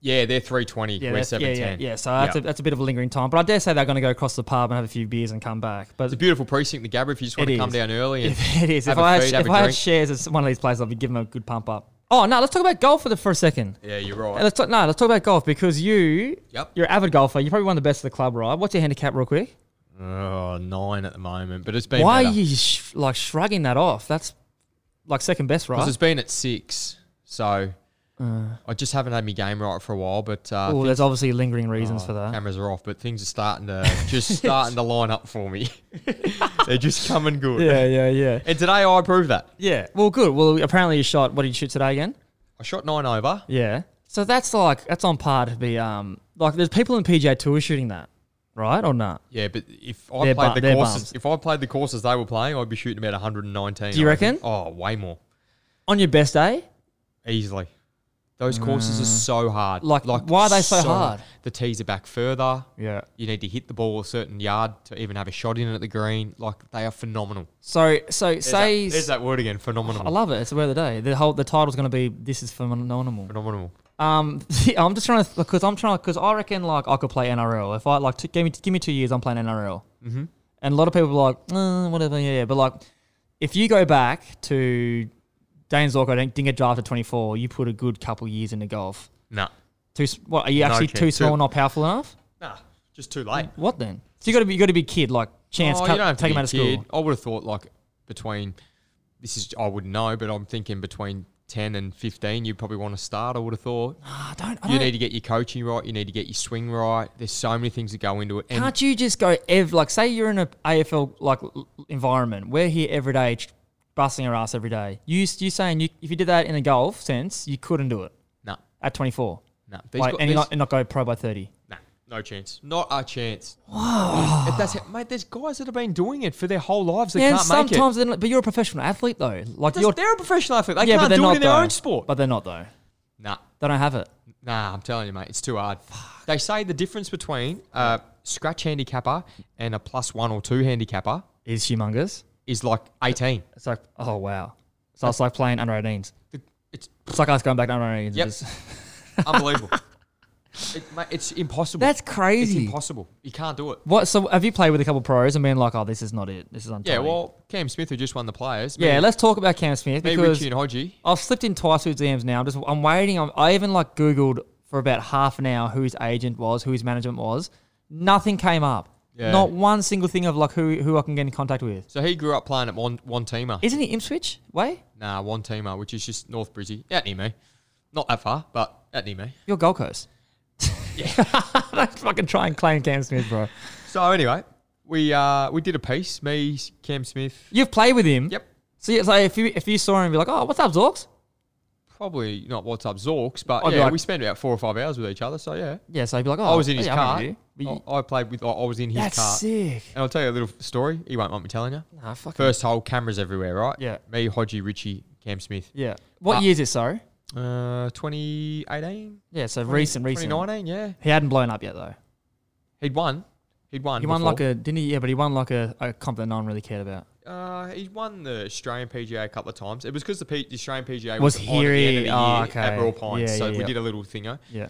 S2: yeah, they're three twenty.
S1: Yeah,
S2: we're
S1: that's, yeah,
S2: seven ten.
S1: yeah, yeah. So that's, A, that's a bit of a lingering time, but I dare say they're going to go across the pub and have a few beers and come back. But
S2: It's a beautiful precinct, the Gabba. If you just want
S1: It
S2: to come
S1: is.
S2: down early, and
S1: If it is, if
S2: Have a
S1: I,
S2: feed,
S1: had,
S2: have
S1: if
S2: a
S1: I had
S2: drink.
S1: shares at one of these places, I'd be giving them a good pump up. Oh no, let's talk about golf for the for a second.
S2: yeah, you're right.
S1: Uh, Let's talk, no, let's talk about golf because you,
S2: Yep.
S1: you're an avid golfer. You're probably one of the best of the club, right? What's your handicap, real quick?
S2: Oh, nine at the moment, but it's been
S1: Why
S2: better.
S1: are you sh- like shrugging that off? That's like second best,
S2: 'Cause
S1: right?
S2: it's been at six, so I just haven't had my game right for a while. But uh,
S1: Uh. Well, uh,
S2: thi-
S1: there's obviously lingering reasons
S2: Oh,
S1: for that.
S2: cameras are off, but things are starting to just starting to line up for me. They're just coming good.
S1: Yeah, yeah, yeah,
S2: And today I approve that.
S1: yeah. Well, good. Well, apparently you shot. What did you shoot today again?
S2: I shot nine over.
S1: Yeah. So that's like that's on par to be um like there's people in PGA Tour shooting that, right or not?
S2: Yeah, but if I
S1: They're
S2: played
S1: bu-
S2: the
S1: they're bums.
S2: courses, if I played the courses they were playing, I'd be shooting about 119.
S1: Do you
S2: I reckon.
S1: reckon?
S2: Oh, way more
S1: On your best day,
S2: easily. Those courses are so hard.
S1: Mm. Like, why are they so hard?
S2: The tees are back further.
S1: Yeah.
S2: You need to hit the ball a certain yard to even have a shot in it at the green. Like they are phenomenal.
S1: So so
S2: There's
S1: say
S2: that, there's that word again. Phenomenal.
S1: I love it. It's the word of the day. The whole the title's going to be "This is phenomenal."
S2: phenomenal.
S1: Um, I'm just trying to because I'm trying because I reckon like I could play NRL if I like t- give me give me two years I'm playing NRL. Mm-hmm. And a lot of people are like "Uh, whatever yeah, yeah but like if you go back to Dane Zorko didn't didn't get drafted at 24, you put a good couple years into golf.
S2: Nah.
S1: Too s- what are you
S2: No
S1: actually
S2: chance.
S1: too small,
S2: Too-
S1: not powerful enough?
S2: Nah. Just too late.
S1: What then? So you got to be you got to be a kid like chance
S2: Oh,
S1: cut-
S2: you don't have to
S1: take him
S2: be
S1: out of
S2: a kid.
S1: school.
S2: I would have thought like between this is I wouldn't know, but I'm thinking between ten and fifteen you probably want to start, I would have thought.
S1: I Ah, don't. I
S2: You
S1: don't
S2: need to get your coaching right, you need to get your swing right. There's so many things that go into it. And
S1: Can't you just go ev like say you're in a AFL like l- environment? We're here every day, ch- busting our ass every day. You s- you saying you if you did that in a golf sense, you couldn't do it
S2: nah,
S1: at 24,
S2: nah. These
S1: like,
S2: got-
S1: and, you're
S2: these-
S1: not, and not go pro by 30.
S2: Nah, no chance. Not a chance. Wow. That's it. Mate, there's guys that have been doing it for their whole lives that
S1: Yeah, and
S2: can't make it.
S1: sometimes, they're not- but you're a professional athlete though. Like
S2: That's-
S1: you're,
S2: They're a professional athlete. They
S1: yeah, but
S2: can't
S1: they're
S2: do
S1: not
S2: it in their
S1: though.
S2: own sport.
S1: But they're not though.
S2: nah,
S1: They don't have it.
S2: nah, I'm telling you, mate, it's too hard. They say the difference between a scratch handicapper and a plus one or two handicapper
S1: Is humongous.
S2: is like 18.
S1: It's like oh wow. So it's like playing under 18s.
S2: The- It's
S1: It's like us going back to under 18s.
S2: Yep.
S1: It's-
S2: unbelievable. It, mate, it's impossible.
S1: That's
S2: it's
S1: crazy.
S2: impossible. You can't do it.
S1: What? So have you played with a couple of pros and been like, oh, this is not it. This is untidy.
S2: Yeah, well, Cam Smith, who just won the players.
S1: yeah.
S2: me-
S1: Let's talk about Cam Smith
S2: me,
S1: because
S2: Richie and Hodgie.
S1: I've slipped in twice with DMs now. I'm just I'm waiting. I'm, I even like Googled for about half an hour who his agent was, who his management was. Nothing came up.
S2: Yeah.
S1: Not one single thing of like who who I can get in contact with.
S2: So he grew up playing at one one teamer.
S1: Isn't he Ipswich way?
S2: Nah, one teamer, which is just North Brizzy. Out near me. Not that far, but out near me.
S1: You're Gold Coast. Yeah. Don't fucking try and claim Cam Smith, bro.
S2: So anyway, we uh we did a piece. Me, Cam Smith.
S1: You've played with him.
S2: Yep.
S1: So it's like if you if you saw him, be like, oh, what's up, Zorks?
S2: Probably not what's up Zorks, but
S1: I'd be
S2: yeah,
S1: like-
S2: we spent about four or five hours with each other. So yeah,
S1: Yeah. So he'd be like, oh,
S2: I was in his
S1: yeah, I
S2: car.
S1: remember you. But you-
S2: I, I played with. I, I was in his
S1: That's
S2: car.
S1: sick.
S2: And I'll tell you a little story. He won't mind me telling you.
S1: Nah, fucking.
S2: First hole, cameras everywhere, right?
S1: Yeah.
S2: Me, Hodgie, Richie, Cam Smith.
S1: Yeah. What
S2: Ah.
S1: year is it? Sorry.
S2: Uh, 2018?
S1: Yeah. So recent, recent.
S2: 2019, yeah.
S1: He hadn't blown up yet though.
S2: He'd won. He'd won.
S1: He won like a didn't he? Yeah, but he won like a, a comp that no one really cared about.
S2: a. Uh, he won the Australian PGA a couple of times. It was because the, P- the Australian PGA
S1: Was
S2: was, on at the end
S1: here,
S2: of the
S1: oh,
S2: year
S1: okay.
S2: at Royal Pines,
S1: Yeah,
S2: so
S1: yeah,
S2: we
S1: yeah.
S2: did a little thingo.
S1: Yeah.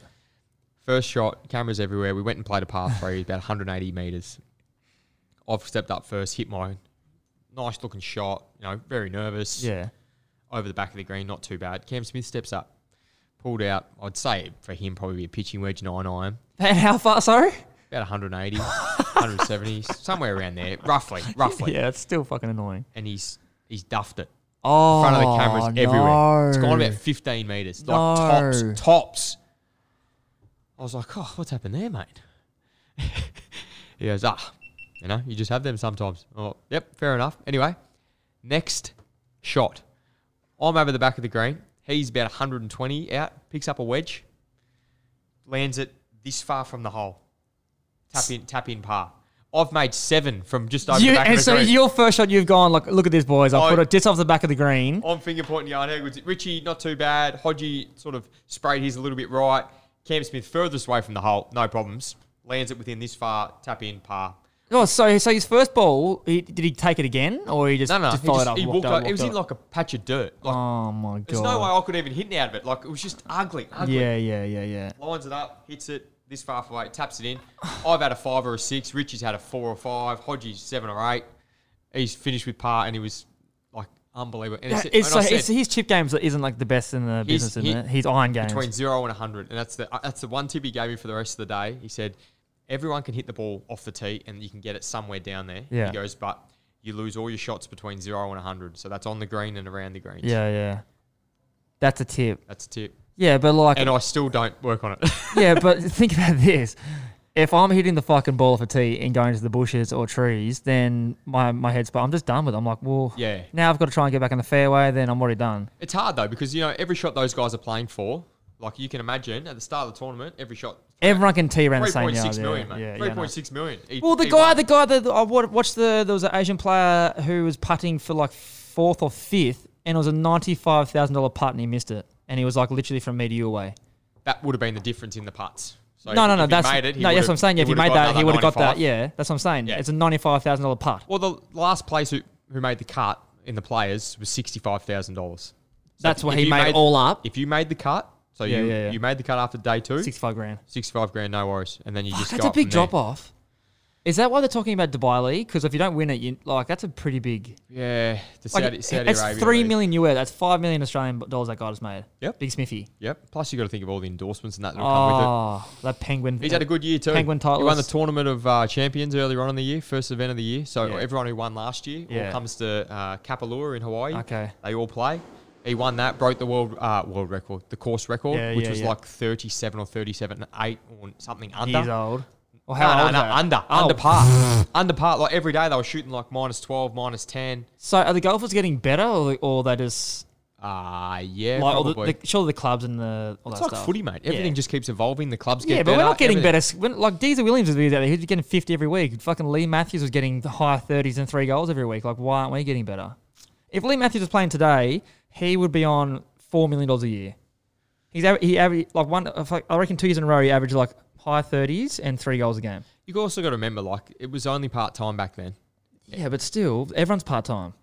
S2: First shot, cameras everywhere. We went and played a par three, about 180 meters. I've stepped up first, hit my nice looking shot. You know, very nervous.
S1: Yeah.
S2: over the back of the green, not too bad. Cam Smith steps up, pulled out. I'd say for him probably a pitching wedge nine iron,
S1: And how far? Sorry.
S2: about 180, 170, somewhere around there, roughly, roughly.
S1: Yeah, it's still fucking annoying.
S2: And he's he's duffed it
S1: Oh,
S2: in front of the cameras everywhere. It's gone about 15 meters, like
S1: No.
S2: tops, tops. I was like, oh, what's happened there, mate? he goes, ah, you know, you just have them sometimes. Oh, yep, fair enough. Anyway, next shot. I'm over the back of the green. He's about 120 out, picks up a wedge, lands it this far from the hole. Tap in, tap in par. I've made seven from just over
S1: You,
S2: the back
S1: and
S2: of the
S1: so
S2: green.
S1: your first shot, you've gone like, look at this, boys. I
S2: Oh.
S1: put it just off the back of the green.
S2: on finger pointing yard Hagrid's. Richie, not too bad. Hodgie sort of sprayed his a little bit right. Cam Smith furthest away from the hole, no problems. Lands it within this far, tap in, par.
S1: Oh, so so his first ball, he, did he take it again, or he just,
S2: No, no,
S1: just
S2: he,
S1: followed
S2: just-
S1: up?
S2: he
S1: walked
S2: walked
S1: up,
S2: up. It was
S1: walked
S2: in
S1: up?
S2: like a patch of dirt. Like,
S1: Oh my god.
S2: there's no way I could even hit out of it. Like it was just ugly, ugly.
S1: Yeah, yeah, yeah, yeah.
S2: Lines it up, hits it this far away, taps it in. I've had a five or a six. Richie's had a four or five. Hodgie's seven or eight. He's finished with par, and he was like unbelievable. And,
S1: It's,
S2: it's, and
S1: so
S2: I said,
S1: it's, his chip games isn't like the best in the
S2: His
S1: business,
S2: hit
S1: isn't it? His iron games.
S2: between zero and hundred, and that's the uh, that's the one tip he gave me for the rest of the day. He said, "Everyone can hit the ball off the tee, and you can get it somewhere down there."
S1: Yeah.
S2: He goes, but you lose all your shots between zero and hundred, so that's on the green and around the greens.
S1: yeah, yeah. That's a tip.
S2: that's a tip.
S1: Yeah, but like,
S2: And I still don't work on it.
S1: yeah, but think about this. If I'm hitting the fucking ball for tee and going to the bushes or trees, then my, my head's, but I'm just done with it. I'm like, well,
S2: Yeah.
S1: now I've got to try and get back in the fairway, then I'm already done.
S2: it's hard though because you know every shot those guys are playing for, like you can imagine at the start of the tournament, every shot
S1: Everyone can tee around the
S2: three
S1: same
S2: point
S1: yard.
S2: six
S1: yeah,
S2: million,
S1: yeah,
S2: mate.
S1: yeah,
S2: Three
S1: no.
S2: point six million. E-
S1: Well, the
S2: E1.
S1: guy, the guy that I wa- watched the there was an Asian player who was putting for like fourth or fifth, and it was a ninety-five thousand dollar putt, and he missed it, and he was like literally from meter away.
S2: that would have been the difference in the putts. So
S1: no,
S2: if-
S1: no, no,
S2: if he
S1: that's
S2: made it, he
S1: no. That's
S2: would've-
S1: what I'm saying. Yeah, if he
S2: would've
S1: made
S2: got
S1: that, he
S2: another
S1: would have got that.
S2: 95.
S1: Yeah, that's what I'm saying.
S2: Yeah.
S1: It's a ninety-five thousand dollar putt.
S2: Well, the last place who, who made the cut in the players was sixty five thousand dollars.
S1: That's what
S2: if
S1: he
S2: you
S1: made, all up.
S2: If you made the cut, so
S1: Yeah,
S2: you
S1: yeah, yeah.
S2: you made the cut after day two,
S1: Sixty-five grand.
S2: sixty five grand, no worries, and then you
S1: Fuck,
S2: just
S1: that's
S2: go
S1: a
S2: up
S1: big
S2: from there.
S1: drop off. Is that why they're talking about Dubai League? Because if you don't win it, you like that's a pretty big.
S2: Yeah, the
S1: Like,
S2: Saudi, Saudi
S1: it's
S2: Arabia.
S1: three
S2: league.
S1: million US. That's five million Australian dollars that guy just made.
S2: Yep.
S1: Big Smithy.
S2: Yep. Plus, you got to think of all the endorsements and that that'll come with
S1: Oh, that penguin.
S2: it. He's had a good year too.
S1: Penguin
S2: He won the
S1: titles.
S2: tournament of uh, champions earlier on in the year, first event of the year. So
S1: Yeah.
S2: everyone who won last year
S1: Yeah.
S2: all comes to uh, Kapalua in Hawaii.
S1: Okay.
S2: They all play. He won that, broke the world uh, world record, the course record,
S1: Yeah,
S2: which
S1: yeah,
S2: was
S1: yeah.
S2: like thirty seven or thirty seven eight or something under.
S1: Years old. Or
S2: No,
S1: how
S2: no,
S1: old?
S2: no,
S1: are they?
S2: under,
S1: Oh.
S2: under par, under par. Like every day they were shooting like minus twelve, minus ten.
S1: So are the golfers getting better, or, or they just
S2: Ah, yeah,
S1: like all the,
S2: probably.
S1: the, surely the clubs and the all
S2: it's
S1: that
S2: like
S1: stuff.
S2: footy, mate. Everything
S1: yeah.
S2: just keeps evolving. The clubs get
S1: Yeah, but
S2: better.
S1: we're not getting
S2: everything-
S1: better. When, like Deezer Williams was out there, he was getting fifty every week. Fucking Lee Matthews was getting the high thirties and three goals every week. Like, why aren't we getting better? If Lee Matthews was playing today, he would be on four million dollars a year. He's aver- he average like one. if I I reckon two years in a row, he averaged like high thirties and three goals a game.
S2: You also got to remember, like it was only part time back then.
S1: Yeah, but still, everyone's part time.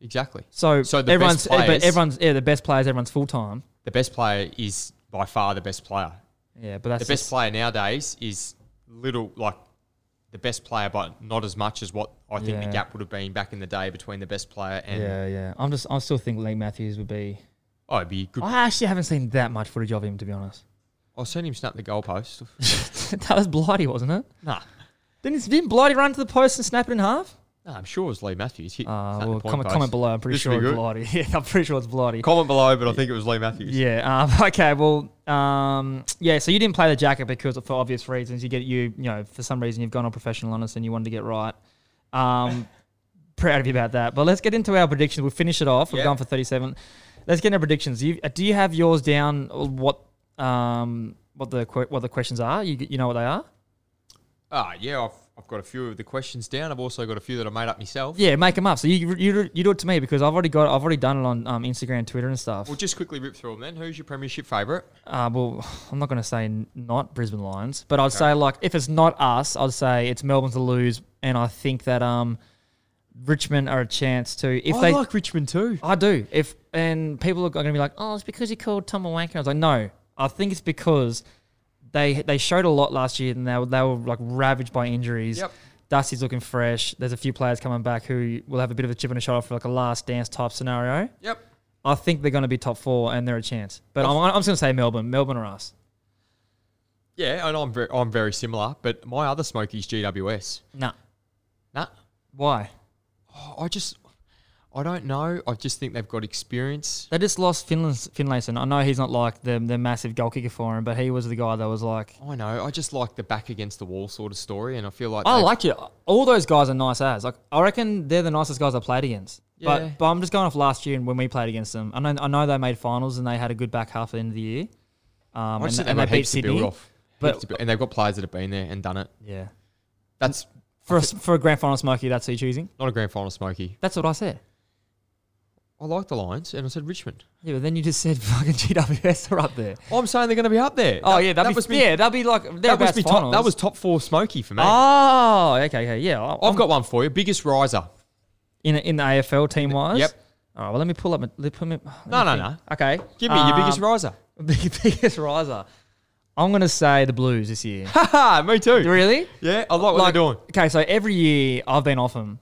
S2: Exactly.
S1: So,
S2: So the
S1: everyone's eh,
S2: best
S1: but
S2: players-
S1: everyone's yeah the best players. Everyone's full time.
S2: The best player is by far the best player.
S1: Yeah, but that's
S2: the best
S1: just-
S2: player nowadays is little like the best player, but not as much as what I think
S1: Yeah.
S2: the gap would have been back in the day between the best player and
S1: Yeah, yeah. I'm just. I still think Lee Matthews would be.
S2: oh, it'd be good.
S1: I actually haven't seen that much footage of him to be honest.
S2: I'll send him snap the goalpost.
S1: that was Blighty, wasn't it?
S2: nah,
S1: Didn't he- didn't Blighty run to the post and snap it in half?
S2: nah, I'm sure it was Lee Matthews. Hit,
S1: Uh,
S2: snapped the
S1: well,
S2: point
S1: comment,
S2: post.
S1: comment below. I'm pretty
S2: This would
S1: sure
S2: be
S1: it's
S2: good.
S1: Blighty. Yeah, I'm pretty sure it's Blighty.
S2: Comment below, but I think it was Lee Matthews.
S1: Yeah. Um, okay. Well. Um, yeah. So you didn't play the jacket because for obvious reasons. You get you you know for some reason you've gone on professional on us and you wanted to get right. Um, proud of you about that. But let's get into our predictions. We'll finish it off. We've
S2: Yeah.
S1: gone for thirty-seven. Let's get into predictions. You, uh, do you have yours down? or What um what the que- what the questions are? You you know what they are?
S2: Ah, yeah, I've, I've got a few of the questions down. I've also got a few that I made up myself.
S1: Yeah, make them up. So you you, you do it to me because I've already got I've already done it on um, Instagram, Twitter, and stuff.
S2: We'll just quickly rip through them then. Who's your premiership favourite?
S1: Uh, well, I'm not going to say n- not Brisbane Lions, but I'd say like if it's not us, I'd say it's Melbourne to lose, and I think that um, Richmond are a chance to if they.
S2: Richmond too.
S1: I do. If and people are going to be like, oh, it's because he called Tom a wanker. I was like, no, I think it's because they they showed a lot last year, and they were, they were like ravaged by injuries.
S2: Yep.
S1: Dusty's looking fresh. There's a few players coming back who will have a bit of a chip on the shoulder for like a last dance type scenario.
S2: Yep.
S1: I think they're going to be top four, and they're a chance. But I'm, I'm just going to say Melbourne, Melbourne or us.
S2: Yeah, and I'm very, I'm very similar, but my other smoke is GWS.
S1: Nah.
S2: Nah,
S1: Why?
S2: I- I just, I don't know. I just think they've got experience.
S1: They just lost Finland, Finlayson. I know he's not like the, the massive goal kicker for him, but he was the guy that was like,
S2: I know. I just like the back against the wall sort of story, and I feel like
S1: I
S2: they-
S1: like it. All those guys are nice as. Like, I reckon they're the nicest guys I played against.
S2: Yeah.
S1: But but I'm just going off last year and when we played against them. I know I know they made finals and they had a good back half at the end of the year. Um,
S2: I just
S1: and,
S2: think
S1: and
S2: they've
S1: they
S2: got
S1: beat
S2: heaps to build
S1: Sydney.
S2: off.
S1: but-
S2: Heaps to bu- and they've got players that have been there and done it.
S1: Yeah.
S2: That's
S1: For a, s- for a grand final smoky, that's who you're choosing.
S2: not a grand final, Smoky.
S1: That's what I said.
S2: I like the Lions, and I said Richmond.
S1: Yeah, but then you just said fucking GWS are up there.
S2: I'm saying they're going to be up there.
S1: Oh
S2: That-
S1: yeah, that'd
S2: that
S1: be
S2: was me.
S1: yeah, that'd be like
S2: That was
S1: thereabouts
S2: me top,
S1: finals.
S2: that was top four Smoky for me.
S1: Oh, okay, okay, yeah. I-
S2: I've got one for you. Biggest riser.
S1: in in the AFL team wise.
S2: Yep.
S1: All right. Well, let me pull up. My, let put me,
S2: No, no, no.
S1: Okay.
S2: Give me your biggest
S1: Um,
S2: riser.
S1: big, biggest riser. I'm gonna say the Blues this year.
S2: Haha, me too.
S1: really?
S2: Yeah, I like what they're doing.
S1: Okay, so every year I've been off them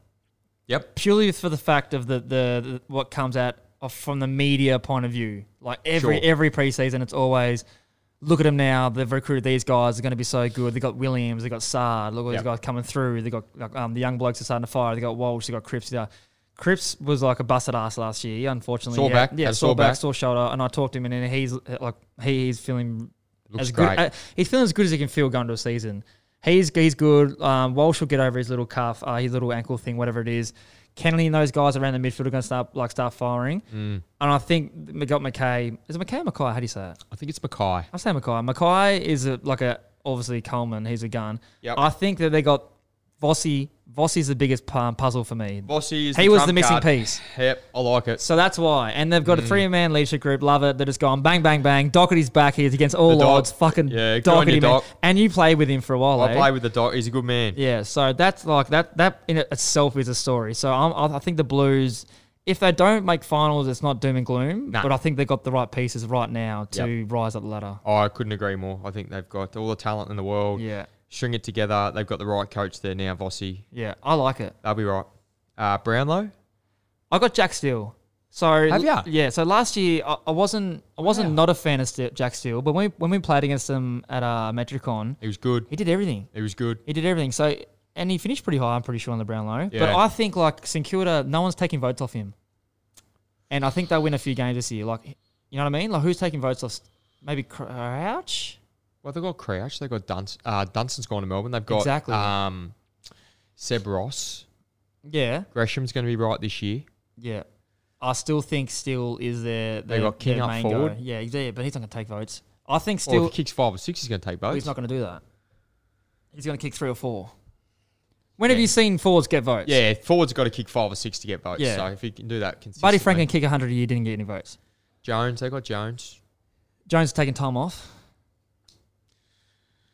S2: Yep.
S1: purely for the fact of the the, the what comes out of, from the media point of view. Like every
S2: Sure.
S1: every preseason, it's always. Look at them now. They've recruited these guys. They're going to be so good. They got Williams. They got Sard. Look at
S2: Yep.
S1: these guys coming through. They got like, um, the young blokes are starting to fire. They got Walsh. They got Cripps. They got- Cripps was like a busted ass last year. He unfortunately
S2: Sore
S1: yeah,
S2: back,
S1: Yeah,
S2: had a
S1: sore
S2: sore
S1: back,
S2: back.
S1: sore shoulder. And I talked to him, and then he's uh, like, he, he's feeling
S2: Looks
S1: as
S2: great.
S1: good. Uh, he's feeling as good as he can feel going to a season. He's he's good. Um, Walsh will get over his little calf, uh, his little ankle thing, whatever it is. Kennedy and those guys around the midfield are going to start like start firing.
S2: Mm.
S1: And I think we got McKay. Is it McKay or McKay? How do you say it?
S2: I think it's Mackay.
S1: I say Mackay. Mackay is a, like a obviously Coleman. He's a gun.
S2: Yep.
S1: I think that they got Vossi. Vossi's the biggest pu- puzzle for me.
S2: Bossy is
S1: He
S2: the
S1: was
S2: trump
S1: the missing
S2: card.
S1: piece.
S2: Yep, I like it.
S1: So that's why. And they've got
S2: Mm.
S1: a three man leadership group. Love it. They're just going bang, bang, bang. Doherty's back. He's against all
S2: The Doc.
S1: odds. Fucking
S2: Yeah, good on
S1: Doherty,
S2: you,
S1: man.
S2: Doc.
S1: And you played with him for a while.
S2: I
S1: eh?
S2: play with the dog. He's a good man.
S1: Yeah, so that's like that. That in itself is a story. So I'm, I- I think the Blues, if they don't make finals, it's not doom and gloom.
S2: Nah.
S1: But I think they got the right pieces right now to rise up the ladder.
S2: Oh, I couldn't agree more. I think they've got all the talent in the world.
S1: Yeah,
S2: String it together. They've got the right coach there now, Vossi.
S1: yeah, I like it.
S2: They'll be right. Uh, Brownlow?
S1: I got Jack Steele. So
S2: Have ya?
S1: yeah, so last year I, I wasn't I wasn't
S2: Wow.
S1: not a fan of Ste- Jack Steele, but when we, when we played against him at uh, Metricon,
S2: He was good.
S1: he did everything.
S2: He was good.
S1: He did everything. So and he finished pretty high. I'm pretty sure on the Brownlow. But
S2: Yeah.
S1: I think like St Kilda, no one's taking votes off him. And I think they win a few games this year. Like, you know what I mean? Like, who's taking votes off? Maybe Crouch.
S2: Well, they've got Crouch. They've got Dunson. Uh, Dunson's gone to Melbourne. They've got
S1: Exactly.
S2: um, Seb Ross.
S1: Yeah,
S2: Gresham's going to be right this year.
S1: yeah. I still think Steele is their. their
S2: got King
S1: their
S2: up
S1: main guy.
S2: forward. Oh,
S1: Yeah, he's there, but he's not going to take votes. I think
S2: Well,
S1: Steele.
S2: if he kicks five or six, he's going to take
S1: well,
S2: both.
S1: he's not going to do that. He's going to kick three or four. When have
S2: Yeah.
S1: you seen forwards get votes?
S2: yeah, forward's got to kick five or six to get votes.
S1: Yeah.
S2: So if he can do that consistently.
S1: Buddy Franklin kick 100 a year didn't get any votes.
S2: Jones. They've got Jones.
S1: Jones is taking time off.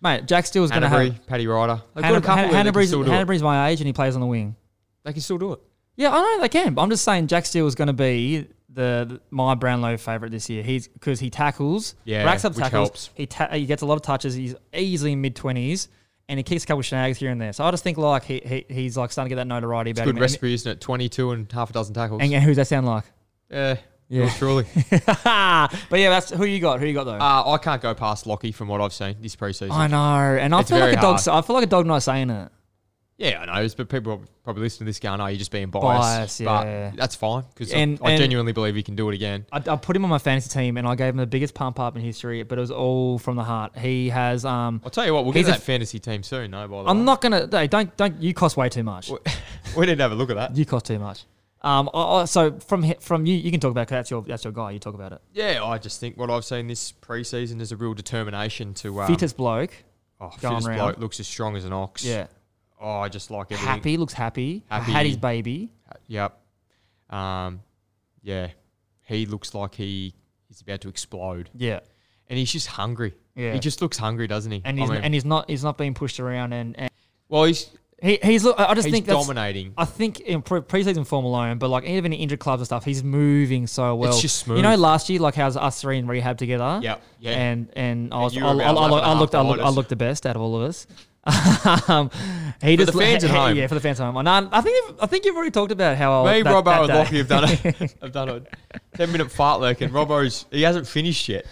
S1: Mate, Jack Steele's going to have.
S2: Hanbury. Paddy Ryder. They've got a couple
S1: Hannah-
S2: there that can
S1: Hanbury's
S2: still do it.
S1: Hanbury's my age and he plays on the wing.
S2: They can still do it.
S1: Yeah, I know they can. But I'm just saying Jack Steele's going to be the, the- my Brownlow favorite this year. He's because he tackles,
S2: Yeah,
S1: racks up
S2: which
S1: tackles.
S2: helps.
S1: He ta- he gets a lot of touches. He's easily mid twenties. And he kicks a couple of snags here and there, so I just think like he, he he's like starting to get that notoriety about
S2: Good
S1: him.
S2: recipe, isn't it? 22 and half a dozen tackles.
S1: And, and who's that sound like?
S2: yeah,
S1: Yeah.
S2: yours truly.
S1: but yeah, that's who you got. Who you got though?
S2: uh, I can't go past Lockie from what I've seen this preseason.
S1: I know, and I
S2: It's
S1: feel like
S2: very
S1: a dog.
S2: hard.
S1: I feel like a dog not saying it.
S2: yeah, I know, it's- but people probably listen to this going, oh, you're just being
S1: Bias,
S2: biased.
S1: yeah.
S2: But that's fine because I,
S1: And-
S2: I
S1: and-
S2: genuinely believe he can do it again.
S1: I, I put him on my fantasy team, and I gave him the biggest pump up in history. But it was all from the heart. He has. Um,
S2: I'll tell you what, we'll
S1: He's
S2: get
S1: a
S2: that fantasy team soon, no, by the way.
S1: I'm not gonna. Hey, don't don't. You cost way too much.
S2: we didn't have a look at that.
S1: You cost too much. Um, I, I, so from he- from you, you can talk about. 'cause that's your that's your guy. You talk about it.
S2: Yeah, I just think what I've seen this preseason is a real determination to um,
S1: Fittest bloke.
S2: Oh,
S1: going
S2: fittest
S1: round.
S2: bloke looks as strong as an ox.
S1: Yeah.
S2: Oh, I just like everything.
S1: Happy looks happy.
S2: Happy.
S1: Had his baby.
S2: Yep. Um, yeah. He looks like he is about to explode,
S1: Yeah.
S2: and he's just hungry.
S1: Yeah.
S2: He just looks hungry, doesn't he?
S1: And
S2: I
S1: he's
S2: mean-
S1: and he's not he's not being pushed around and, and
S2: well, he's
S1: he, he's look. I I just
S2: he's
S1: think that's
S2: dominating.
S1: I think in pre- preseason form alone, but like even in injured clubs and stuff, he's moving so well.
S2: just
S1: You know,
S2: smooth.
S1: last year, like how's us three in rehab together?
S2: Yep, yeah.
S1: And and I was,
S2: you
S1: I,
S2: were
S1: I,
S2: about
S1: I,
S2: eleven and
S1: I
S2: a half
S1: looked, I looked, I
S2: behind us.
S1: looked the best out of all of us. um, he
S2: For
S1: just
S2: the fans
S1: he-
S2: at
S1: he-
S2: home.
S1: yeah, for the fans at home. And I, I think you've, I think you've already talked about how
S2: Me,
S1: that,
S2: Robbo, and
S1: that
S2: Lockie
S1: day-
S2: have done it. I've done a ten-minute fartlek, and Robbo's he hasn't finished yet.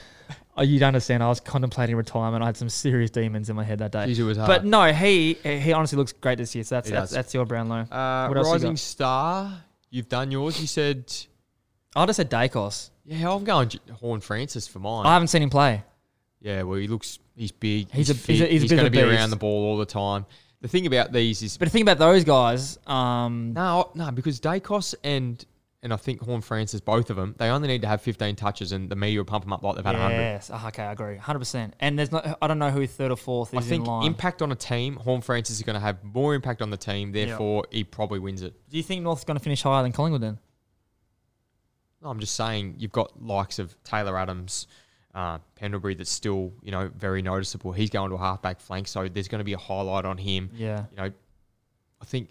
S1: Oh, you don't understand. I was contemplating retirement. I had some serious demons in my head that day.
S2: Jeez, it was
S1: But
S2: hard.
S1: no, he he honestly looks great this year. So that's
S2: He
S1: that's,
S2: does.
S1: that's your Brownlow.
S2: Uh,
S1: What else you
S2: Rising
S1: got?
S2: Star, you've done yours. You said,
S1: I just said Dacos.
S2: yeah, I'm going J- Horn Francis for mine.
S1: I haven't seen him play.
S2: Yeah, well, he looks. He's big.
S1: He's
S2: He's,
S1: a- he's a-
S2: fit,
S1: he's
S2: He's,
S1: a bit of
S2: going
S1: a
S2: to be
S1: beast.
S2: around the ball all the time. The thing about these is
S1: But the thing about those guys, um,
S2: no, no, because Dacos and and I think Horn Francis, both of them, they only need to have 15 touches, and the media will pump them up like they've had 100.
S1: Yes. Ah, okay, I agree. 100%. And there's no, I don't know who third or fourth
S2: I
S1: is in
S2: think
S1: line.
S2: impact on a team, Horn Francis is going to have more impact on the team. Therefore, he probably wins it.
S1: Do you think North's going to finish higher than Collingwood then?
S2: No, I'm just saying you've got likes of Taylor Adams, uh, Pendlebury that's still you know very noticeable. He's going to a halfback flank, so there's going to be a highlight on him.
S1: Yeah.
S2: you know, I think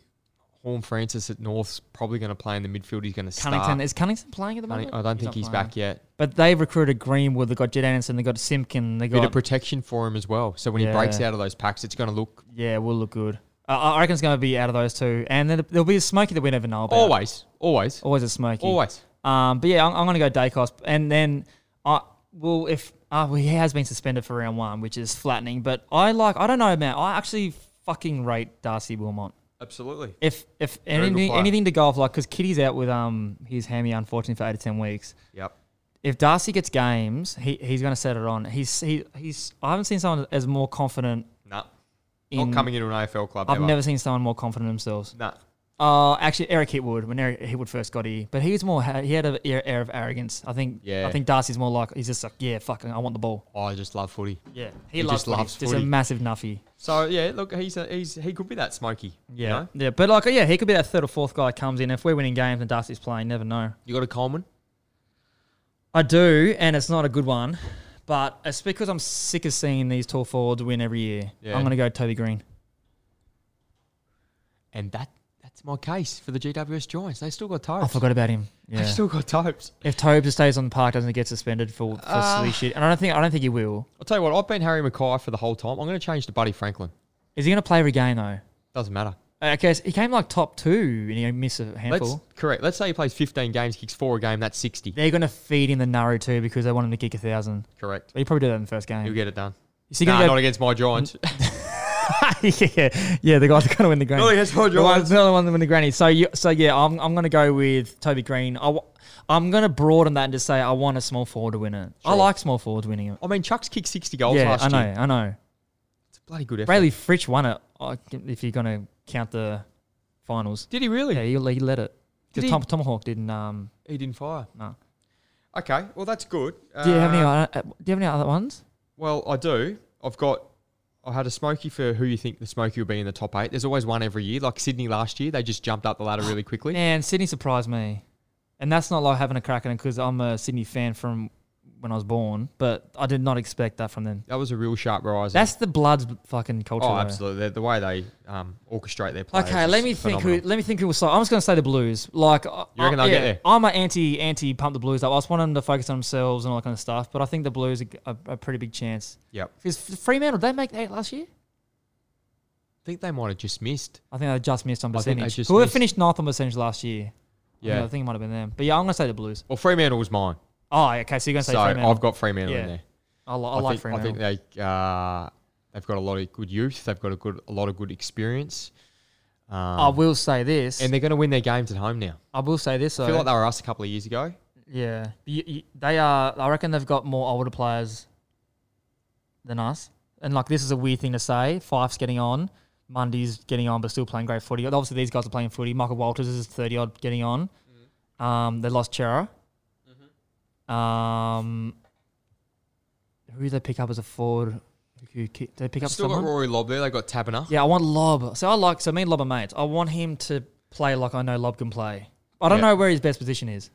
S2: Horn Francis at North's probably going to play in the midfield. He's going to start.
S1: Cunnington. Is Cunnington playing at the
S2: Cunning-
S1: moment?
S2: I don't think
S1: not
S2: he's
S1: playing.
S2: back yet.
S1: But they've recruited Greenwood. They've got Jed Anderson. They've got Simpkin. They've
S2: Bit of
S1: got.
S2: protection for him as well. So when
S1: Yeah.
S2: he breaks out of those packs, it's going to look
S1: yeah, we'll look good. Uh, I I reckon it's going to be out of those two. And then there'll be a smoky that we never know about.
S2: always, always,
S1: Always a smoky.
S2: always.
S1: Um, but yeah, I'm, I'm going to go Dacos, and then I well if uh, well, he has been suspended for round one, which is flattening. But I like I don't know, man. I actually fucking rate Darcy Wilmot.
S2: Absolutely.
S1: If if
S2: good
S1: anything
S2: player.
S1: anything to go off like because Kitty's out with um his hammy unfortunately for eight to ten weeks.
S2: Yep.
S1: If Darcy gets games, he, he's going to set it on. He's he, he's I haven't seen someone as more confident.
S2: Nah.
S1: In,
S2: Not coming into an AFL club.
S1: I've
S2: ever.
S1: never seen someone more confident in themselves.
S2: Nah.
S1: Uh, actually, Eric Hitwood when Eric Hitwood first got here, but he was more he had an air, air of arrogance. I think.
S2: Yeah.
S1: I think Darcy's more like he's just like yeah, fucking, I want the ball.
S2: Oh, I just love footy.
S1: Yeah, he,
S2: He
S1: loves
S2: just
S1: footy.
S2: loves
S1: Just a
S2: footy.
S1: massive nuffy.
S2: So yeah, look, he's a, he's he could be that smoky.
S1: Yeah,
S2: You, know?
S1: yeah, but like yeah, he could be that third or fourth guy that comes in. If we're winning games and Darcy's playing, never know.
S2: You got a Coleman.
S1: I do, and it's not a good one, but it's because I'm sick of seeing these tall forwards win every year.
S2: Yeah.
S1: I'm gonna go Toby Green.
S2: And that that's my case for the GWS Giants. They still got
S1: I
S2: Topes.
S1: forgot about him.
S2: They
S1: Yeah.
S2: still got Topes.
S1: If Toby stays on the park, doesn't get suspended for, for
S2: Uh,
S1: silly shit, and I don't think I don't think he will.
S2: I'll tell you what. I've been Harry Mackay for the whole time. I'm going to change to Buddy Franklin.
S1: Is he gonna play every game though?
S2: Doesn't matter.
S1: I guess he came like top two and he missed a handful.
S2: Let's, correct. Let's say he plays 15 games, kicks four a game. That's 60.
S1: They're going to feed him the narrow too because they want him to kick a thousand.
S2: Correct.
S1: But he probably did that in the first
S2: He'll
S1: game.
S2: get it done.
S1: Is he
S2: nah,
S1: gonna
S2: not against my Giants.
S1: go, yeah, yeah, the guy's going to win the granny.
S2: Not against my
S1: the one,
S2: Giants.
S1: the other one that win the granny. So, you, so yeah, I'm, I'm going to go with Toby Green. I, am going to broaden that and just say I want a small forward to win it. I
S2: Sure.
S1: like small forwards winning it.
S2: I mean, Chuck's kicked 60 goals
S1: yeah,
S2: last
S1: I know,
S2: year.
S1: I know.
S2: It's a bloody good effort.
S1: Bradley Fritch won it. I can- If you're going to count the finals, Oh,
S2: Did he really?
S1: yeah, he, he led it.
S2: Did
S1: Because
S2: he-
S1: Tom, Tomahawk didn't. Um,
S2: He didn't fire.
S1: No.
S2: Okay, well, that's good.
S1: do you have any?
S2: Uh,
S1: other- Do you have any other ones?
S2: Well, I do. I've got. I had a smoky for who you think the smoky will be in the top eight. There's always one every year. Like Sydney last year, they just jumped up the ladder really quickly.
S1: Man, Sydney surprised me, and that's not like having a crack at it because I'm a Sydney fan from when I was born, but I did not expect that from them.
S2: That was a real sharp rise.
S1: That's the Bloods fucking culture.
S2: oh,
S1: though.
S2: absolutely. The, the way they um, orchestrate their players.
S1: Okay,
S2: is
S1: let me
S2: phenomenal.
S1: think. Who, let me think who was. So I'm just going to say the Blues. Like, I-
S2: You reckon
S1: I,
S2: they'll get
S1: yeah,
S2: there?
S1: I'm an anti anti pump the Blues up. I just want them to focus on themselves and all that kind of stuff. But I think the Blues are a, a pretty big chance.
S2: Yep.
S1: Because Fremantle, did they make eight last year?
S2: I think they might have just missed.
S1: I think they just missed on
S2: I think they
S1: percentage.
S2: just
S1: Whoever
S2: missed.
S1: finished ninth on percentage last year. Yeah,
S2: Yeah.
S1: I think it might have been them. But yeah, I'm going to say the Blues.
S2: Well, Fremantle was mine.
S1: Oh, okay. So you're going to say
S2: So
S1: Fremantle.
S2: I've got Fremantle
S1: Yeah.
S2: in there.
S1: I, li- I like
S2: think,
S1: Fremantle.
S2: I think they uh, they've got a lot of good youth. They've got a good a lot of good experience. Um,
S1: I will say this.
S2: and they're going to win their games at home now.
S1: I will say this. Though,
S2: I feel like they were us a couple of years ago.
S1: yeah, You- you- they are. I reckon they've got more older players than us. And like, this is a weird thing to say. Fife's getting on. Mundy's getting on, but still playing great footy. Obviously, these guys are playing footy. Michael Walters is thirty odd, getting on.
S2: Mm-hmm.
S1: Um, they lost Chera. Um, who did they pick up as a forward? Who ki- did they pick up
S2: Still
S1: someone?
S2: got Rory Lobb there. They got Tabana.
S1: Yeah, I want Lob. So I like so me and Lob are mates. I want him to play like I know Lob can play. I don't
S2: Yeah.
S1: know where his best position is.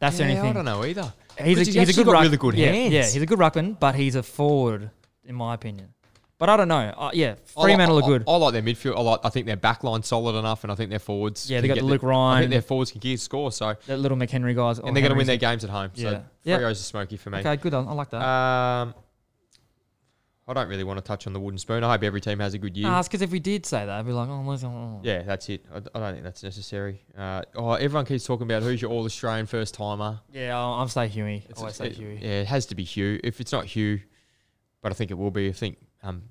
S1: That's the only
S2: I
S1: thing.
S2: don't know either.
S1: He's a,
S2: 'Cause
S1: he's, a
S2: actually
S1: good
S2: got
S1: ruck-
S2: really good
S1: yeah,
S2: hands.
S1: Yeah, he's a good ruckman, but he's a forward in my opinion. But I don't know. Uh, yeah,
S2: I like-
S1: Fremantle
S2: I-
S1: are good.
S2: I, I like their midfield. I like. I think their back line's solid enough, and I think their forwards.
S1: Yeah, they
S2: can
S1: got
S2: get
S1: the
S2: the-
S1: Luke
S2: I
S1: Ryan.
S2: think their forwards can get score. So
S1: That little McHenry guys,
S2: and they're going to win their games at home.
S1: Yeah.
S2: So
S1: Yeah.
S2: three O's a smoky for me.
S1: Okay, good. I, I like that.
S2: Um, I don't really want to touch on the wooden spoon. I hope every team has a good year.
S1: Nah, it's because if we did say that, I'd be like, oh, listen, oh.
S2: Yeah, that's it. I, I don't think that's necessary. Uh, oh, everyone keeps talking about who's your All Australian first timer.
S1: yeah, I'll, I'll say Huey.
S2: It's-
S1: Always say
S2: it-
S1: Huey.
S2: Yeah, it has to be Hugh. If it's not Hugh, but I think it will be. I think um,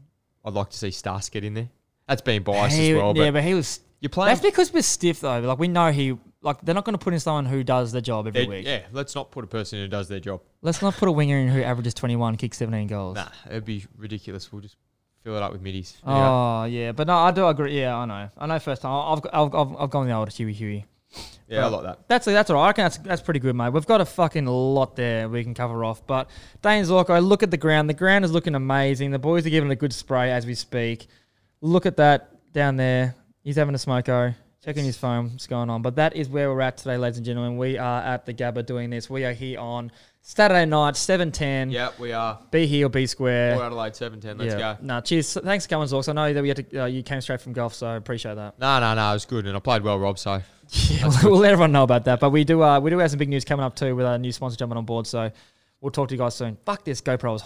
S2: I'd like to see Stars get in there. That's being biased
S1: He-
S2: as well. But
S1: yeah, but he was.
S2: you're playing.
S1: That's because we're stiff though. Like we know he. Like they're not going to put in someone who does the job every
S2: they-
S1: week.
S2: yeah, let's not put a person who does their job.
S1: Let's not put a winger in who averages 21, kicks 17 goals.
S2: Nah, it'd be ridiculous. We'll just fill it up with middies. Anyway,
S1: Oh, yeah. But no, I do agree. Yeah, I know. I know first time. I've, I've, I've, I've gone the old Huey Huey.
S2: yeah, I like that.
S1: That's that's all right. I reckon that's, that's pretty good, mate. We've got a fucking lot there we can cover off. But Dane Zorko, look at the ground. The ground is looking amazing. The boys are giving it a good spray as we speak. Look at that down there. He's having a smoko. Checking his phone, what's going on. But that is where we're at today, ladies and gentlemen. We are at the Gabba doing this. We are here on Saturday night, 7.10.
S2: Yeah, we are.
S1: Be here or be square.
S2: Port Adelaide 710. Let's go.
S1: No, cheers. Thanks for coming, Zorks. I know that we had to, uh, you came straight from golf, so I appreciate that.
S2: No, no, no. It was good, and I played well, Rob. So
S1: Yeah, we'll, we'll let everyone know about that. But we do uh, we do have some big news coming up too with our new sponsor jumping on board. So we'll talk to you guys soon. Fuck this GoPro is